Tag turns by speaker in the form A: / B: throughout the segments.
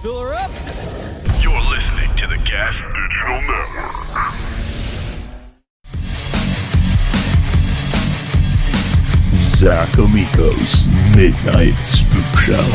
A: Fill her up.
B: You're listening to the Gas Digital Network.
C: Zach Amico's Midnight Spook Show.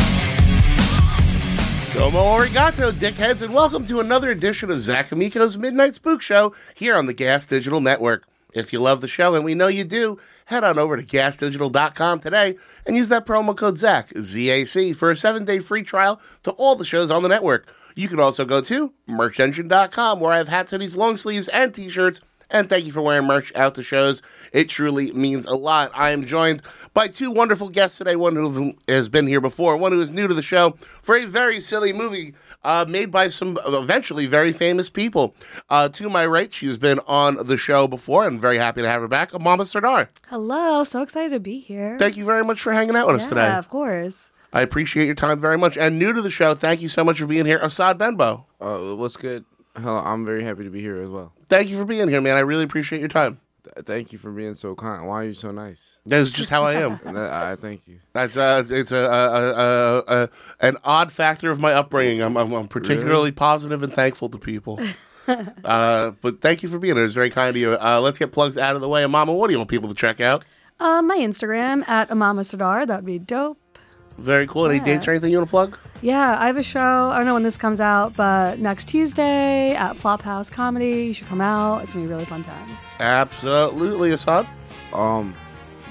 D: Domo arigato, dickheads, and welcome to another edition of Zach Amico's Midnight Spook Show here on the Gas Digital Network. If you love the show, and we know you do, head on over to gasdigital.com today and use that promo code Zach, ZAC, for a seven day free trial to all the shows on the network. You can also go to merchengine.com where I have hats, hoodies, long sleeves, and t shirts. And thank you for wearing merch out to shows. It truly means a lot. I am joined by two wonderful guests today one who has been here before, one who is new to the show for a very silly movie uh, made by some eventually very famous people. Uh, to my right, she's been on the show before. I'm very happy to have her back. Mama Sardar,
E: Hello, so excited to be here.
D: thank you very much for hanging out with us
E: yeah,
D: today.
E: of course.
D: I appreciate your time very much. And new to the show, thank you so much for being here, Assad Benbow.
F: Uh, what's good? Hell, I'm very happy to be here as well.
D: Thank you for being here, man. I really appreciate your time.
F: Th- thank you for being so kind. Why are you so nice?
D: That's just how I am.
F: And that- I thank you.
D: That's uh, it's a, a, a, a, a an odd factor of my upbringing. I'm I'm, I'm particularly positive and thankful to people. uh, but thank you for being here. It's very kind of you. Uh, let's get plugs out of the way. And Mama, what do you want people to check out?
E: Uh, my Instagram at Amama Sardar, that'd be dope.
D: Very cool. Any dates or anything you want to plug?
E: Yeah, I have a show. I don't know when this comes out, but next Tuesday at Flophouse Comedy. You should come out. It's gonna be a really fun time.
D: Absolutely, Assad.
F: Um,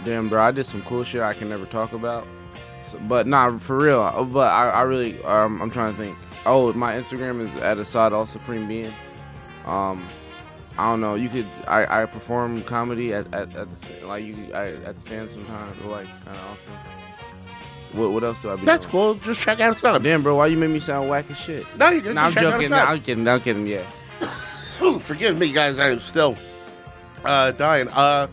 F: damn, bro, I did some cool shit I can never talk about. So, but nah, for real. uh, But I, I really, um, I'm trying to think. Oh, my Instagram is at Asad All Supreme Being. Um, I don't know. You could, I, I perform comedy at, at, at the sta- like you I, at the stand sometimes, or like kind of often. What what else do I be?
D: That's
F: doing?
D: cool. Just check out Assad.
F: Damn, bro, why you make me sound whack as shit?
D: No, you're good.
F: No, I'm
D: Just check
F: joking. No,
D: out Assad.
F: I'm kidding. No, I'm kidding. Yeah.
D: Ooh, forgive me, guys. I am still uh, dying. Uh,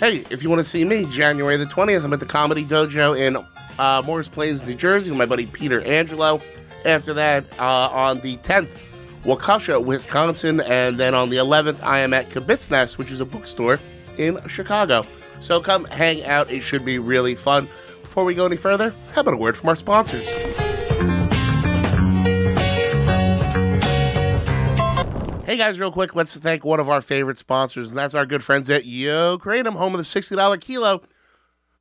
D: hey, if you want to see me, January the 20th, I'm at the Comedy Dojo in uh, Morris Plains, New Jersey, with my buddy Peter Angelo. After that, uh, on the 10th, Waukesha, Wisconsin. And then on the 11th, I am at Kibitz Nest, which is a bookstore in Chicago. So come hang out. It should be really fun. Before we go any further, how about a word from our sponsors? Hey guys, real quick, let's thank one of our favorite sponsors, and that's our good friends at Yo Kratom, home of the $60 kilo.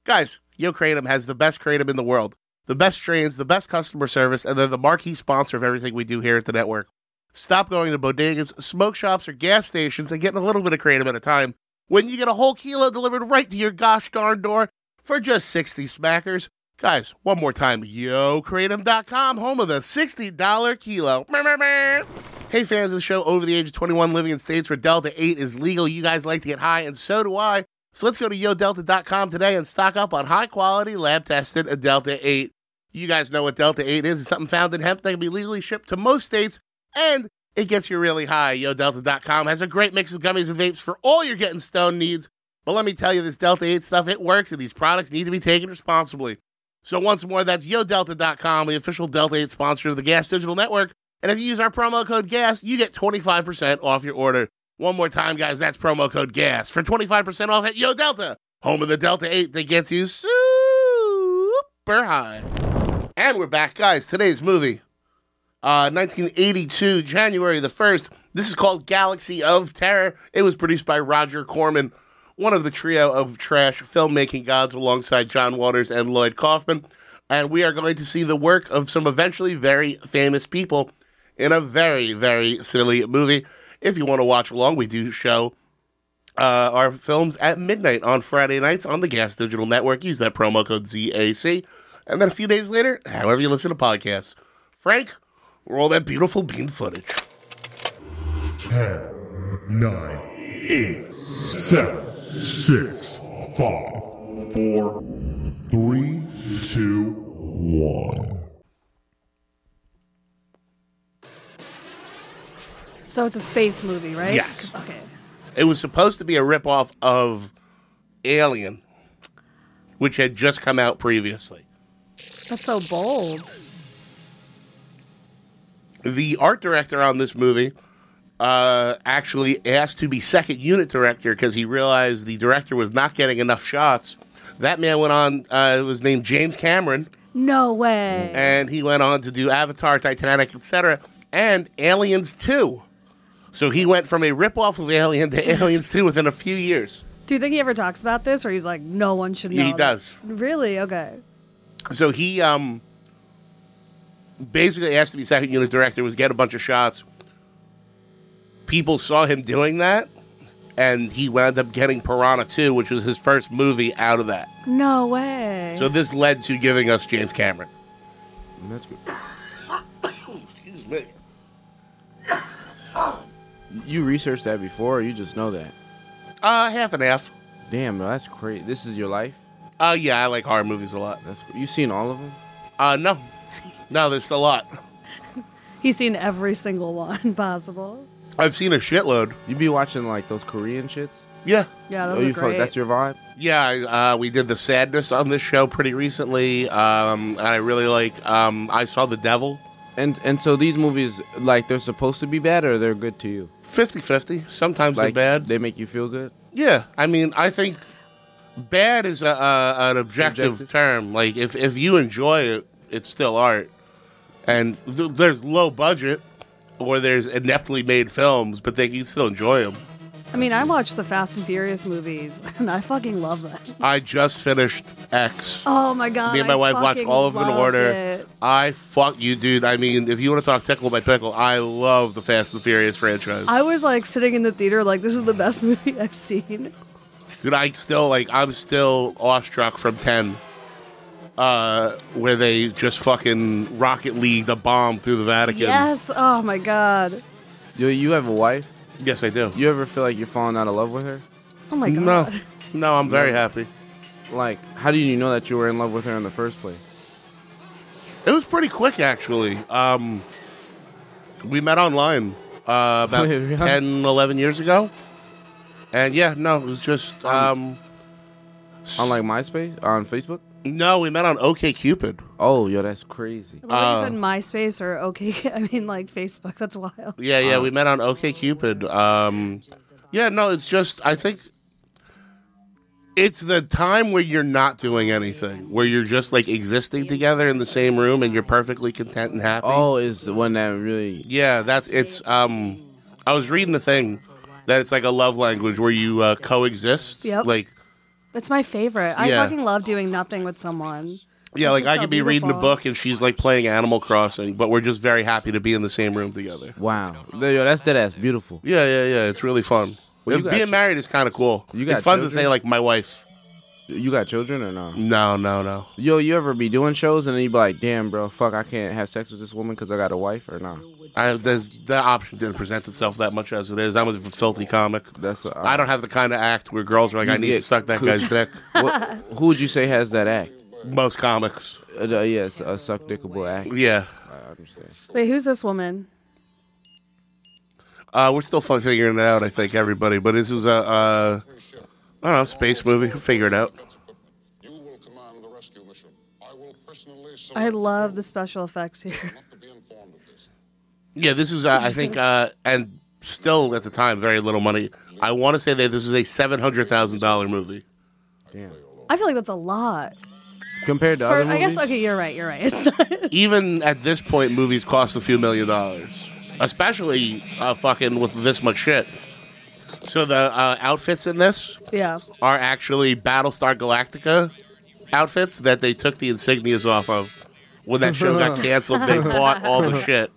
D: Guys, Yo Kratom has the best Kratom in the world, the best strains, the best customer service, and they're the marquee sponsor of everything we do here at the network. Stop going to bodegas, smoke shops, or gas stations and getting a little bit of Kratom at a time when you get a whole kilo delivered right to your gosh darn door for just 60 smackers. Guys, one more time, yokratom.com, home of the $60 kilo. Meow, meow, meow. Hey, fans of the show over the age of 21 living in states where Delta 8 is legal. You guys like to get high, and so do I. So let's go to yodelta.com today and stock up on high quality, lab tested Delta 8. You guys know what Delta 8 is. It's something found in hemp that can be legally shipped to most states, and it gets you really high. YoDelta.com has a great mix of gummies and vapes for all your getting stone needs. But let me tell you, this Delta 8 stuff, it works, and these products need to be taken responsibly. So once more, that's YoDelta.com, the official Delta 8 sponsor of the Gas Digital Network. And if you use our promo code GAS, you get 25% off your order. One more time, guys, that's promo code GAS for 25% off at YoDelta, home of the Delta 8 that gets you super high. And we're back, guys. Today's movie, uh, 1982, January the 1st. This is called Galaxy of Terror. It was produced by Roger Corman, one of the trio of trash filmmaking gods alongside John Waters and Lloyd Kaufman. And we are going to see the work of some eventually very famous people in a very, very silly movie. If you want to watch along, we do show uh, our films at midnight on Friday nights on the Gas Digital Network. Use that promo code ZAC. And then a few days later, however you listen to podcasts. Frank, roll that beautiful bean footage.
C: 10, 9, 8, 7, 6, 5, 4, 3, 2, 1.
E: So it's a space movie, right?
D: Yes.
E: Okay.
D: It was supposed to be a ripoff of Alien, which had just come out previously.
E: That's so bold.
D: The art director on this movie uh, actually asked to be second unit director because he realized the director was not getting enough shots. That man went on, uh, it was named James Cameron,
E: No way.
D: Mm. and he went on to do Avatar, Titanic, etc., and Aliens 2. So he went from a ripoff of Alien to Aliens 2 within a few years.
E: Do you think he ever talks about this, where he's like, no one should know?
D: He
E: that?
D: does.
E: Really? Okay.
D: so he um basically asked to be second unit director was get a bunch of shots people saw him doing that and he wound up getting piranha 2 which was his first movie out of that
E: No way.
D: so this led to giving us james cameron
F: That's good.
D: excuse me
F: You researched that before, or you just know that?
D: uh half and half
F: Damn, bro, that's crazy. This is your life.
D: uh yeah i like horror movies a lot
F: That's cr- you seen all of them?
D: uh no no there's a lot
E: he's seen every single one possible.
D: i've seen a shitload
F: You be watching like those Korean shits?
D: yeah
E: Yeah, those
F: oh,
E: are
F: you
E: great.
F: that's your vibe.
D: Yeah, I, uh, we did the sadness on this show pretty recently. Um, I really like. Um, I saw the devil.
F: And and so these movies, like they're supposed to be bad, or they're good to you.
D: 50-50. Sometimes
F: Like
D: they're bad.
F: They make you feel good.
D: yeah, I mean, I think bad is a, a an objective,
F: Subjective.
D: term. Like if if you enjoy it, it's still art. And th- there's low budget, or there's ineptly made films, but they you still enjoy them.
E: I mean, I watched the Fast and Furious movies, and I fucking love them.
D: I just finished X.
E: Oh my god.
D: Me and my
E: I
D: wife watched
E: fucking
D: all of them in
E: loved
D: order.
E: it.
D: I fuck you, dude. I mean, if you want to talk tickle by pickle, I love the Fast and Furious franchise.
E: I was like sitting in the theater, like this is the best movie I've seen.
D: dude, I still like. I'm still awestruck from ten, uh, where they just fucking rocket league the bomb through the Vatican.
E: Yes. Oh my god.
F: You you have a wife.
D: Yes, I do.
F: You ever feel like you're falling out of love with her?
E: Oh my god.
D: no, no, I'm very happy.
F: Like, how do you know that you were in love with her in the first place?
D: It was pretty quick, actually. Um, we met online uh, about
F: Wait, really?
D: 10, 11 years ago. And yeah, no, it was just. Um,
F: On like MySpace, on Facebook?
D: no, we met on OKCupid.
F: Oh, yo, that's crazy.
E: I love
D: Um,
E: that you said MySpace or OK. I mean, like Facebook. That's wild.
D: Yeah, yeah, we met on OKCupid. Um, yeah, no, it's just I think it's the time where you're not doing anything, where you're just like existing together in the same room and you're perfectly content and happy.
F: Oh, is the one that really.
D: Yeah, that's it's. Um, I was reading a thing that it's like a love language where you uh, coexist.
E: Yep.
D: Like
E: It's my favorite. I
D: Yeah.
E: fucking love doing nothing with someone.
D: yeah,
E: It's
D: like
E: just
D: I
E: so
D: could be reading a
E: beautiful.
D: book and she's like playing Animal Crossing, but we're just very happy to be in the same room together.
F: Wow. Yo, that's dead ass beautiful.
D: Yeah, yeah, yeah. It's really fun.
F: Well, you
D: And
F: got
D: being
F: ch-
D: married is kind of cool.
F: You got
D: it's fun to
F: children?
D: say like my wife.
F: You got children or no?
D: No, no, no.
F: Yo, you ever be doing shows and then you be like, damn, bro, fuck, I can't have sex with this woman because I got a wife or not?
D: I the, the option didn't present itself that much as it is. I'm a filthy comic.
F: That's. Uh,
D: I don't have the kind of act where girls are like,
F: You
D: I need
F: get
D: to suck that
F: cooch.
D: guy's dick.
F: uh, What, who would you say has that act?
D: Most comics,
F: Uh, the- yes, a suck dickable act.
D: yeah.
F: I understand.
E: Wait, who's this woman?
D: Uh, we're still fun figuring it out. I think everybody, but this is a uh, I don't know space movie. We'll Figure it out.
G: You will command the rescue mission. I will personally
E: I
G: select
E: love the special effects here.
G: not to be informed of this.
D: Yeah, this is uh, I think uh, and still at the time very little money. I want to say that this is a seven hundred thousand dollar movie.
F: Damn.
E: I feel like that's a lot.
F: Compared to
E: For,
F: other
E: I
F: movies,
E: guess okay, you're right. You're right. It's not,
D: Even at this point, movies cost a few million dollars, especially uh, fucking with this much shit. So the uh, outfits in this
E: yeah.
D: are actually Battlestar Galactica outfits that they took the insignias off of. When that show got canceled, they bought all the shit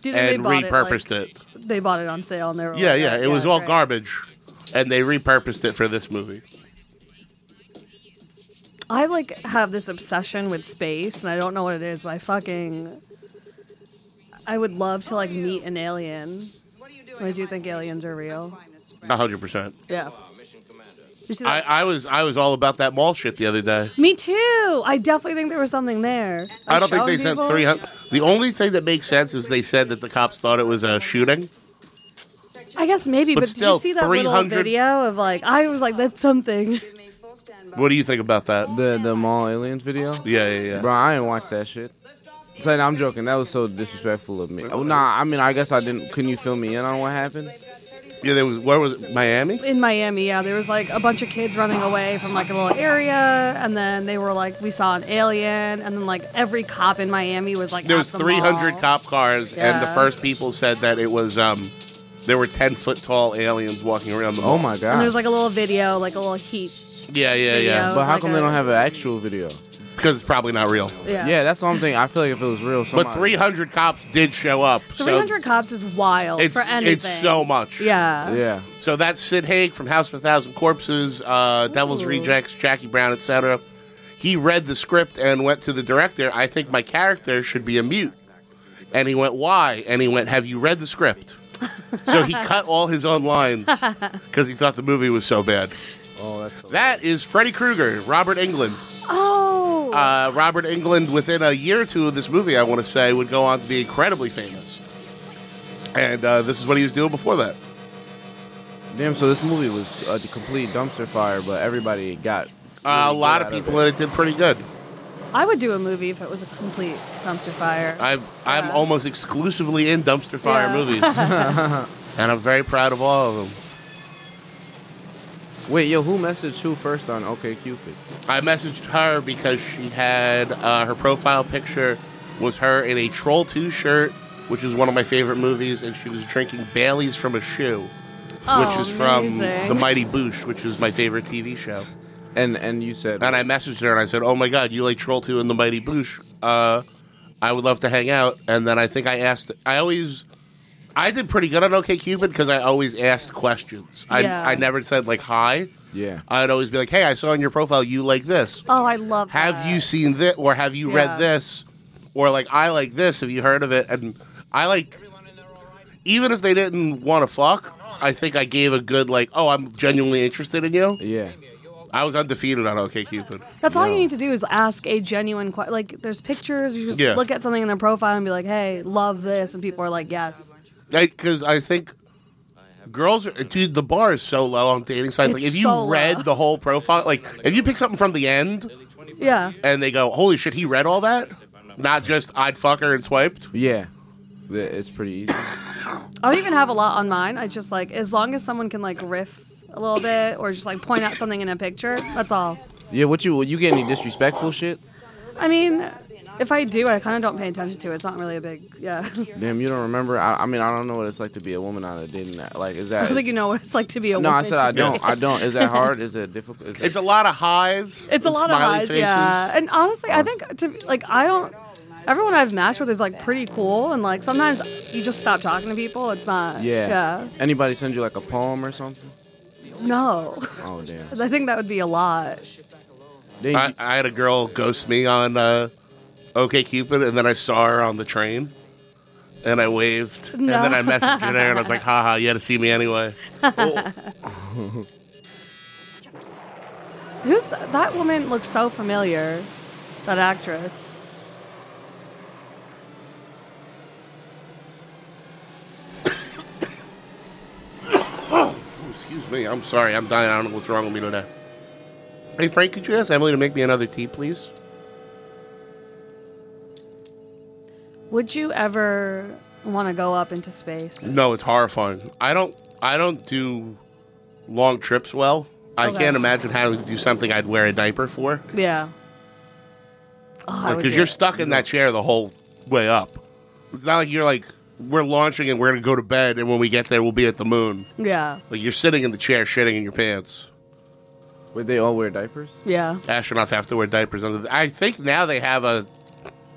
E: Do you think
D: and repurchased
E: it, oh
D: it,
E: like, They bought it on sale and they were
D: Yeah,
E: like,
D: yeah, it was all
E: great.
D: garbage, and they repurposed it for this movie.
E: I like have this obsession with space, and I don't know what it is, but I fucking. I would love to like meet an alien. I do think aliens are real.
D: A hundred percent.
E: Yeah. You see
D: I,
E: that?
D: I was I was all about that mall shit the other day.
E: Me too. I definitely think there was something there.
D: I don't think
E: showed
D: they sent
E: people-
D: three hundred. The only thing that makes sense is they said that the cops thought it was a shooting.
E: I guess maybe,
D: But
E: but,
D: still,
E: did you see that little
D: 300
E: video of like I was like that's something.
D: What do you think about that?
F: The the mall aliens video.
D: Yeah, yeah, yeah.
F: Bro, I didn't watch that shit. So I'm joking. That was so disrespectful of me. Oh, nah, I mean, I guess I didn't. Couldn't you fill me in on what happened?
D: Yeah, there was. Where was it? Miami?
E: in Miami, yeah, there was like a bunch of kids running away from like a little area, and then they were like, we saw an alien, and then like every cop in Miami was like, at
D: There was
E: the
D: 300
E: mall.
D: cop cars, and the
E: Yeah.
D: first people said that it was. um There were 10 foot tall aliens walking around the mall.
F: Oh my
E: and
F: god.
E: there's like a little video, like a little heat.
D: Yeah, yeah, yeah.
E: Video.
F: But how
E: like
F: come they
E: a-
F: don't have an actual video?
D: Because it's probably not real.
E: Yeah,
F: Yeah, that's something. I feel like if it was real,
D: But
F: somebody,
D: 300 cops did show up.
E: three hundred cops is wild
D: So it's
E: for anything.
D: it's so much.
E: Yeah.
F: Yeah.
D: So that's Sid Haig from House of a Thousand Corpses, uh, Devil's
E: Ooh.
D: Rejects, Jackie Brown, etc. He read the script and went to the director. I think my character should be a mute. And he went, "Why?" And he went, "Have you read the script?" so he cut all his own lines because he thought the movie was so bad.
F: Oh, that's.
D: That is Freddy Krueger, Robert England.
E: Oh,
D: Uh, Robert England, within a year or two of this movie, I want to say, would go on to be incredibly famous. And uh, this is what he was doing before that.
F: Damn. So this movie was a complete dumpster fire, but everybody got.
D: Uh, a
F: really
D: lot
F: good
D: of
F: out
D: people
F: it.
D: in it did pretty good.
E: I would do a movie if it was a complete dumpster fire.
D: I'm I'm
E: Yeah.
D: almost exclusively in dumpster fire
E: Yeah.
D: movies, and I'm very proud of all of them.
F: Wait, yo, who messaged who first on OK Cupid?
D: I messaged her because she had uh, her profile picture was her in a Troll Two shirt, which is one of my favorite movies, and she was drinking Bailey's from a shoe,
E: Oh,
D: which is from
E: amazing.
D: The Mighty Boosh, which is my favorite TV show.
F: And and you said.
D: And I messaged her and I said, "Oh my God, you like Troll Two and The Mighty Boosh? Uh, I would love to hang out." And then I think I asked. I always, I did pretty good on OK Cupid because I always asked questions. I
E: Yeah.
D: I never said like hi.
F: Yeah.
D: I'd always be like, "Hey, I saw on your profile you like this.
E: oh, I love.
D: Have
E: that.
D: you seen this? Or have you
E: Yeah.
D: read this? Or like I like this. Have you heard of it?" And I like, even if they didn't want to fuck, I think I gave a good like, "Oh, I'm genuinely interested in you."
F: Yeah.
D: I was undefeated on OK Cupid.
E: That's all you need to do is ask a genuine question. Like, there's pictures. You just
D: Yeah.
E: look at something in their profile and be like, "Hey, love this," and people are like, "Yes."
D: because I think girls are dude. The bar is so low on dating sites. Like
E: It's
D: if you
E: so low.
D: read the whole profile, like if you pick something from the end
E: Yeah.
D: and they go, "Holy shit, he read all that," not just "I'd fuck her and swiped."
F: Yeah. The- It's pretty easy.
E: I don't even have a lot on mine. I just like as long as someone can like riff a little bit or just like point out something in a picture. That's all.
F: Yeah, what you you get any disrespectful shit?
E: I mean, if I do, I kind of don't pay attention to it. It's not really a big yeah.
F: Damn, you don't remember? I, I mean, I don't know what it's like to be a woman on a dating app. Like, is
E: I
F: that?
E: think you know what it's like to be a
F: no,
E: woman.
F: I said I don't. I don't. Is that hard? Is it difficult? Is that-
D: It's a lot of highs.
E: It's a
D: and
E: lot of
D: smiley
E: eyes,
D: faces.
E: yeah. And honestly, I think to like I don't. Everyone I've matched with is like pretty cool, and like sometimes you just stop talking to people. It's not.
F: yeah. Anybody send you like a poem or something?
E: Yeah. No.
F: Oh damn.
E: 'Cause I think that would be a lot.
F: Then
D: I,
F: you-
D: I had a girl ghost me on uh, OK Cupid, and then I saw her on the train. And I waved,
E: No.
D: and then I messaged her, there, and I was like, "Haha, you had to see me anyway."
E: Who's that? that woman? Looks so familiar. That actress.
D: Ooh, excuse me. I'm sorry. I'm dying. I don't know what's wrong with me today. Hey, Frank, could you ask Emily to make me another tea, please?
E: Would you ever want to go up into space?
D: No, it's horrifying. I don't. I don't do long trips well. I
E: Okay.
D: can't imagine having to do something I'd wear a diaper for
E: Yeah. Oh, I would
D: because
E: do
D: you're
E: it.
D: stuck in that chair the whole way up. It's not like you're like we're launching and we're gonna go to bed, and when we get there, we'll be at the moon.
E: Yeah.
D: Like you're sitting in the chair, shitting in your pants.
F: Would they all wear diapers?
E: Yeah.
D: Astronauts have to wear diapers under. The, I think now they have a,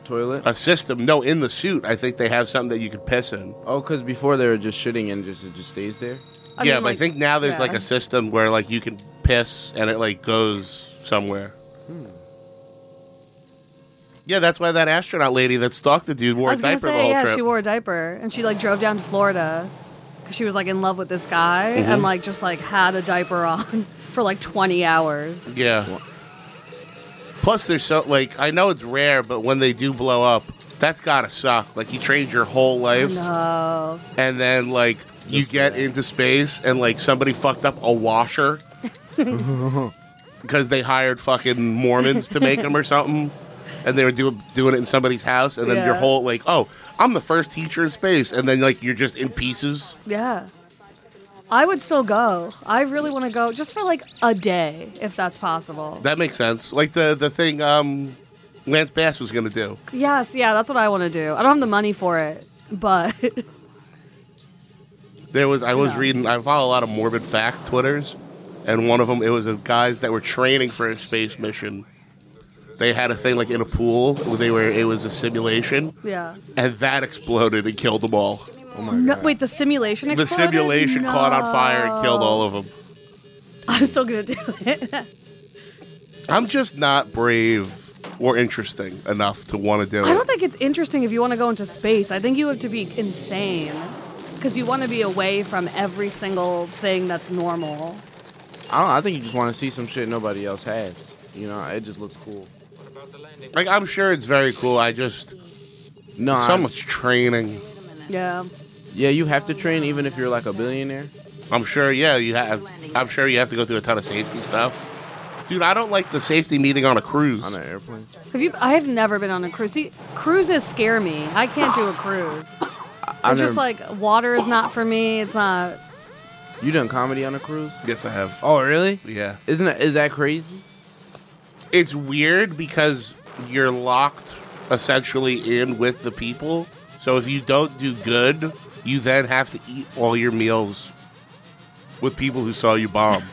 F: Toilet?
D: a system. No, in the suit, I think they have something that you could piss in.
F: Oh, because before they were just shitting and just it just stays there.
E: I
D: yeah,
E: mean,
D: but I
E: like-
D: think now there's
E: yeah.
D: like a system where like you can piss and it like goes somewhere. Hmm. Yeah, that's why that astronaut lady that stalked the dude wore
E: I
D: a
E: was gonna
D: diaper the
E: say,
D: whole
E: yeah,
D: trip.
E: she wore a diaper and she like drove down to Florida because she was like in love with this guy
D: Mm-hmm.
E: and like just like had a diaper on for like 20 hours.
D: yeah. Plus, there's so like I know it's rare, but when they do blow up, That's gotta suck. Like you trained your whole life,
E: No.
D: and then like you get into space, and like somebody fucked up a washer because they hired fucking Mormons to make them or something, and they were do, doing it in somebody's house, and then your
E: Yeah.
D: whole like, oh, I'm the first teacher in space, and then like you're just in pieces.
E: Yeah. I would still go. I really want to go just for like a day, if that's possible.
D: That makes sense. Like the the thing um, Lance Bass was gonna do.
E: Yes, yeah, that's what I want to do. I don't have the money for it, but
D: There was I was
E: Yeah.
D: reading I follow a lot of morbid fact twitters, and one of them it was the guys that were training for a space mission. They had a thing like in a pool. where They were it was a simulation,
E: yeah.
D: and that exploded and killed them all.
E: No, wait, the simulation
D: The
E: exploded?
D: simulation caught on fire and killed
E: No.
D: all of them.
E: I'm still gonna do it.
D: I'm just not brave or interesting enough to want to do
E: I don't
D: it.
E: think it's interesting if you want to go into space. I think you have to be insane because you want to be away from every single thing that's normal.
F: I don't. I think you just want to see some shit nobody else has. You know, it just looks cool.
D: Like I'm sure it's very cool. I just
F: No, I-
D: so much training.
E: Yeah.
F: yeah, you have to train even if you're like a billionaire.
D: I'm sure. Yeah, you have. I'm sure you have to go through a ton of safety stuff. Dude, I don't like the safety meeting on a cruise.
F: on an airplane.
E: Have you? I have never been on a cruise. See, cruises scare me. I can't do a cruise.
F: I've
E: It's just
F: never-
E: like water is not for me. It's not.
F: you done comedy on a cruise.
D: Yes, I have.
F: Oh, really?
D: Yeah.
F: Isn't that, is that crazy?
D: It's weird because you're locked essentially in with the people. So if you don't do good, you then have to eat all your meals with people who saw you bomb.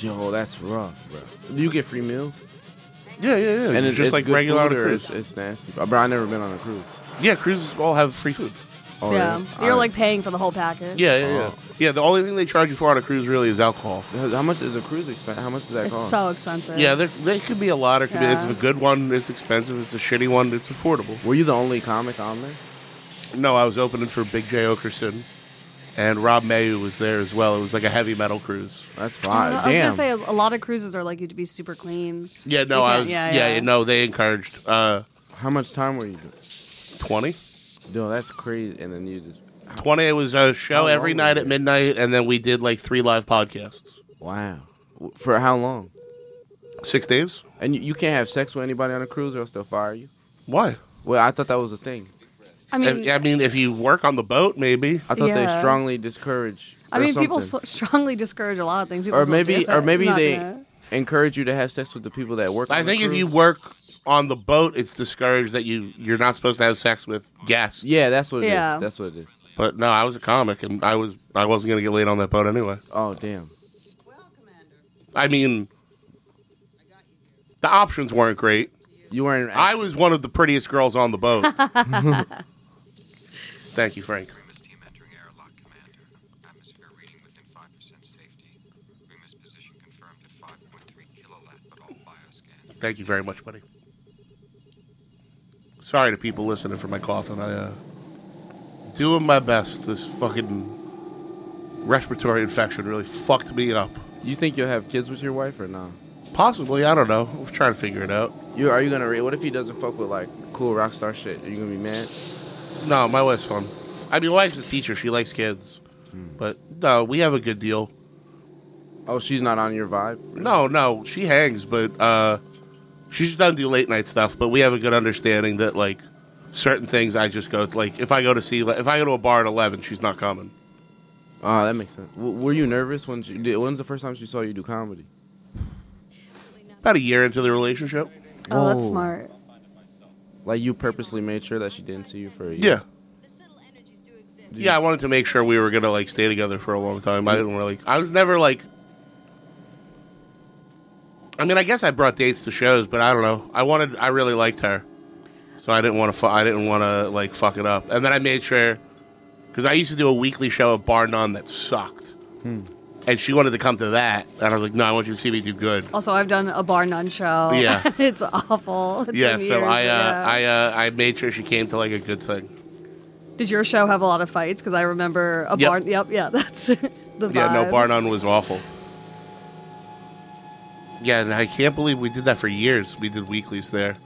F: Yo, that's rough, bro. Do you get free meals?
D: yeah, yeah, yeah.
F: And
D: it's just like
F: good
D: regular on a
F: food or
D: cruise.
F: It's, it's nasty, bro. I've never been on a cruise.
D: yeah, cruises all have free food.
F: Oh,
E: yeah.
F: really?
E: You're
F: I-
E: like paying for the whole package.
D: Yeah, yeah,
F: Oh.
D: yeah. Yeah, the only thing they charge you for on a cruise really is alcohol.
F: How much is a cruise expense? How much does that
E: It's
F: cost?
E: so expensive.
D: Yeah, there, there could be a lot. Or could be,
E: Yeah.
D: it's a good one. It's expensive. It's a shitty one. It's affordable.
F: Were you the only comic on there?
D: No, I was opening for Big J Okerson, and Rob Mayu was there as well. It was like a heavy metal cruise.
F: That's
E: I,
F: fine.
E: was gonna
F: Damn.
E: say a lot of cruises are like you to be super clean.
D: Yeah, no,
E: You
D: I
E: can't-
D: was. Yeah,
E: yeah,
D: yeah.
E: yeah.
D: no, they encouraged uh,
F: How much time were you? doing?
D: 20.
F: Yo, that's crazy. And then you just
D: 20, it was a show
F: How
D: every
F: long
D: night
F: were
D: at
F: you?
D: midnight, and then we did like three live podcasts.
F: wow. W- For how long?
D: Six days?
F: And you, you can't have sex with anybody on a cruise, or else they'll fire you.
D: Why?
F: Well, I thought that was a thing.
E: I
D: I I
E: mean,
D: mean, if you work on the boat, maybe.
F: I thought they
E: Yeah.
F: strongly discourage.
E: I
F: or
E: mean, people
F: something.
E: s strongly discourage a lot of things. People
F: or
E: still do
F: maybe
E: it.
F: or maybe
E: Not
F: they
E: gonna-
F: encourage you to have sex with the people that work.
D: I
F: on the
D: think if you
F: cruise.
D: work on the boat, it's discouraged that you, you're not supposed to have sex with guests.
F: yeah, that's what it is.
E: Yeah.
F: That's what it is.
D: But no, I was a comic, and I, was, I wasn't going to get laid on that boat anyway.
F: Oh damn,
D: I mean, the options weren't great.
F: you weren't. an
D: I
F: act-
D: was one of the prettiest girls on the boat. Thank you, Frank. Thank you very much, buddy. Sorry to people listening for my coughing. I uh, doing my best. This fucking respiratory infection really fucked me up.
F: You think you'll have kids with your wife or not?
D: Possibly, I don't know. I'm trying to figure it out.
F: You are you gonna? Re- what if he doesn't fuck with like cool rock star shit? Are you gonna be mad?
D: No, my wife's fun. I mean, my wife's a teacher. She likes kids, but no, we have a good deal.
F: Oh, she's not on your vibe.
D: No, no, she hangs, but uh, she just doesn't do late night stuff. But we have a good understanding that like certain things, I just go like if I go to see if I go to a bar at eleven, she's not coming.
F: Oh, that makes sense. W- were you nervous when she did? When's the first time she saw you do comedy?
D: About a year into the relationship,
E: Oh, that's
F: Whoa.
E: smart.
F: Like you purposely made sure that she didn't see you for a
D: yeah.
F: year.
D: Yeah, I wanted to make sure we were gonna like stay together for a long time. I didn't really. I was never like. I mean, I guess I brought dates to shows, but I don't know. I wanted. I really liked her, so I didn't want to. Fu- I didn't want to like fuck it up. And then I made sure, because I used to do a weekly show at Bar None that sucked,
E: Hmm.
D: and she wanted to come to that, and I was like, no, I want you to see me do good.
E: Also, I've done a bar none show.
D: Yeah.
E: it's awful. It's
D: yeah,
E: been
D: so
E: years,
D: I uh,
E: yeah.
D: I uh, I made sure she came to like a good thing.
E: Did your show have a lot of fights? Because I remember a
D: Yep.
E: barn. Yep, yeah, that's the vibe.
D: Yeah, no, bar none was awful. Yeah, and I can't believe we did that for years. We did weeklies there.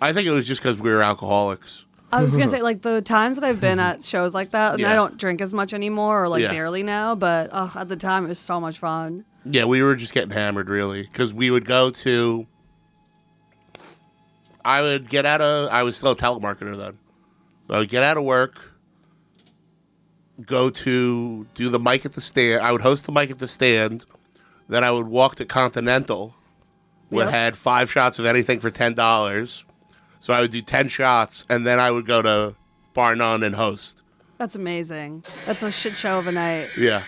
D: I think it was just because we were alcoholics.
E: I was gonna say like the times that I've been at shows like that, and
D: Yeah.
E: I don't drink as much anymore, or like
D: Yeah.
E: barely now. But uh, at the time, it was so much fun.
D: Yeah, we were just getting hammered, really, because we would go to. I would get out of. I was still a telemarketer then. I would get out of work. Go to do the mic at the stand. I would host the mic at the stand. Then I would walk to Continental, which
E: Yep.
D: had five shots of anything for ten dollars. So I would do ten shots, and then I would go to Bar None and host.
E: That's amazing. That's a shit show of a night.
D: Yeah,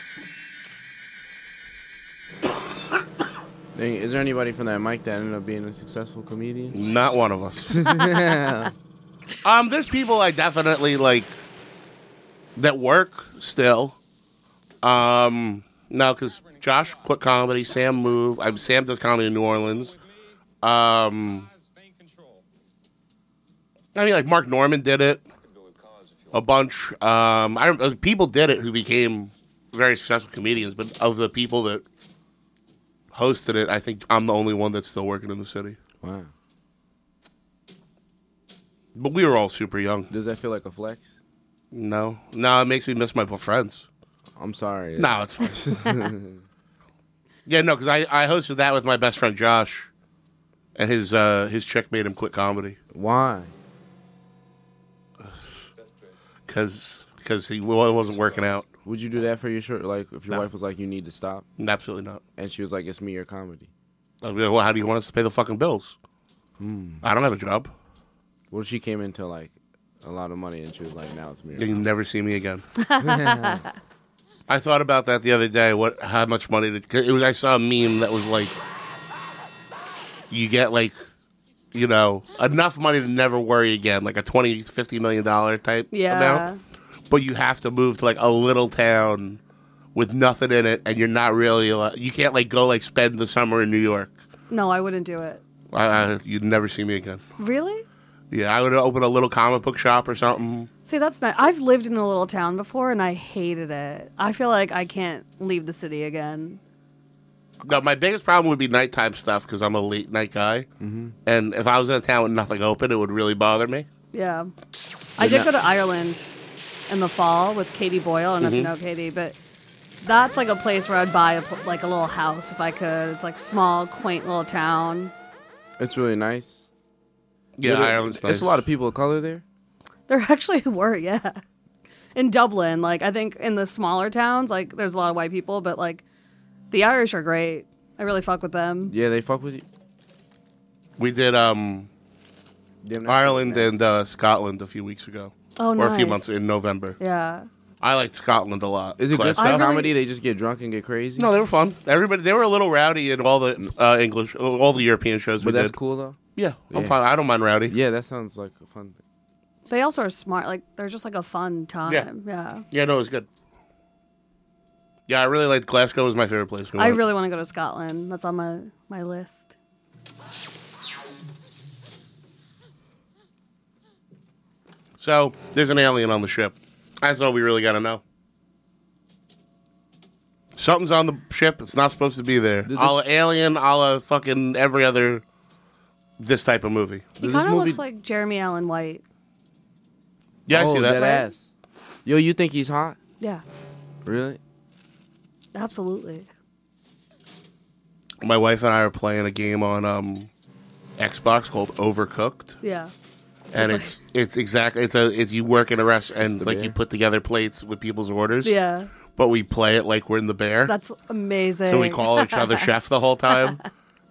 F: Dang, Is there anybody from that mic that ended up being a successful comedian?
D: not one of us. Um, there's people I definitely like that work still. Um, no, because Josh quit comedy. Sam moved. I'm Sam does comedy in New Orleans. Um, I mean, like Mark Norman did it a bunch. Um, I don't, uh, people did it who became very successful comedians, but of the people that hosted it, I think I'm the only one that's still working in the city.
F: Wow.
D: But we were all super young.
F: Does that feel like a flex?
D: No, no, it makes me miss my friends.
F: I'm sorry.
D: No, it's fine. yeah, no, because I, I hosted that with my best friend Josh, and his uh, his chick made him quit comedy
F: Why?
D: because he well, it wasn't working out.
F: Would you do that for your shirt? Like, if your
D: No.
F: wife was like, you need to stop,
D: Absolutely not.
F: and she was like, it's me or comedy.
D: I'd be like, well, how do you want us to pay the fucking bills? I don't have a job.
F: What if she came into like a lot of money and she was like, now it's me or
D: You'll never see me again. I thought about that the other day. What? How much money did 'cause it was? I saw a meme that was like, you get like, you know, enough money to never worry again, like a 20 50 million dollar type
E: Yeah.
D: amount. But you have to move to like a little town with nothing in it, and you're not really. allo- You can't like go like spend the summer in New York.
E: No, I wouldn't do it.
D: I, I, you'd never see me again.
E: Really?
D: Yeah, I would open a little comic book shop or something.
E: See, that's not. I've lived in a little town before, and I hated it. I feel like I can't leave the city again.
D: No, my biggest problem would be nighttime stuff because I'm a late night guy,
F: Mm-hmm.
D: and if I was in a town with nothing open, it would really bother me.
E: Yeah. I did go to Ireland in the fall with Katie Boyle. I don't know if you know Katie, but that's like a place where I'd buy a, pl- like a little house if I could. It's like small, quaint little town.
F: It's really nice.
D: Yeah,
F: It-
D: Ireland's
F: It's
D: nice.
F: a lot of people of color there.
E: There actually were, yeah. In Dublin, like I think in the smaller towns, like there's a lot of white people, but like the Irish are great. I really fuck with them.
F: Yeah, they fuck with you.
D: We did um,
F: Damn, that's
D: Ireland
F: nice.
D: and uh, Scotland a few weeks ago,
E: Oh,
D: or
E: nice.
D: a few months in November.
E: Yeah.
D: I liked Scotland a lot.
F: Is it
D: Class
F: good for
D: stuff.
E: really-
F: comedy? They just get drunk and get crazy.
D: No, they were fun. Everybody, they were a little rowdy in all the uh, English, all the European shows
F: but
D: we
F: that's
D: did.
F: cool though.
D: Yeah, I'm
F: Yeah.
D: fine. I don't mind rowdy.
F: Yeah, that sounds like a fun. thing.
E: They also are smart. Like they're just like a fun time.
D: Yeah.
E: Yeah.
D: Yeah, no, it was good. Yeah, I really liked Glasgow. Was my favorite place. We
E: I
D: went.
E: really want to go to Scotland. That's on my my list.
D: So there's an alien on the ship. That's all we really got to know. Something's on the ship. It's not supposed to be there.
F: Did
D: a la
F: this-
D: Alien, a la fucking every other this type of movie.
E: He
F: Does this
E: kind of
F: movie-
E: looks like Jeremy Allen White.
D: Yeah, I
F: oh,
D: see that.
F: ass. Yo, you think he's hot?
E: Yeah,
F: Really?
E: absolutely.
D: My wife and I are playing a game on um, Xbox called Overcooked,
E: Yeah.
D: and
E: It's
D: it's it's exactly it's a it's you work in a restaurant and
F: the
D: like you
F: bear.
D: put together plates with people's orders.
E: Yeah.
D: but we play it like we're in the bear.
E: That's amazing.
D: So we call each other chef the whole time.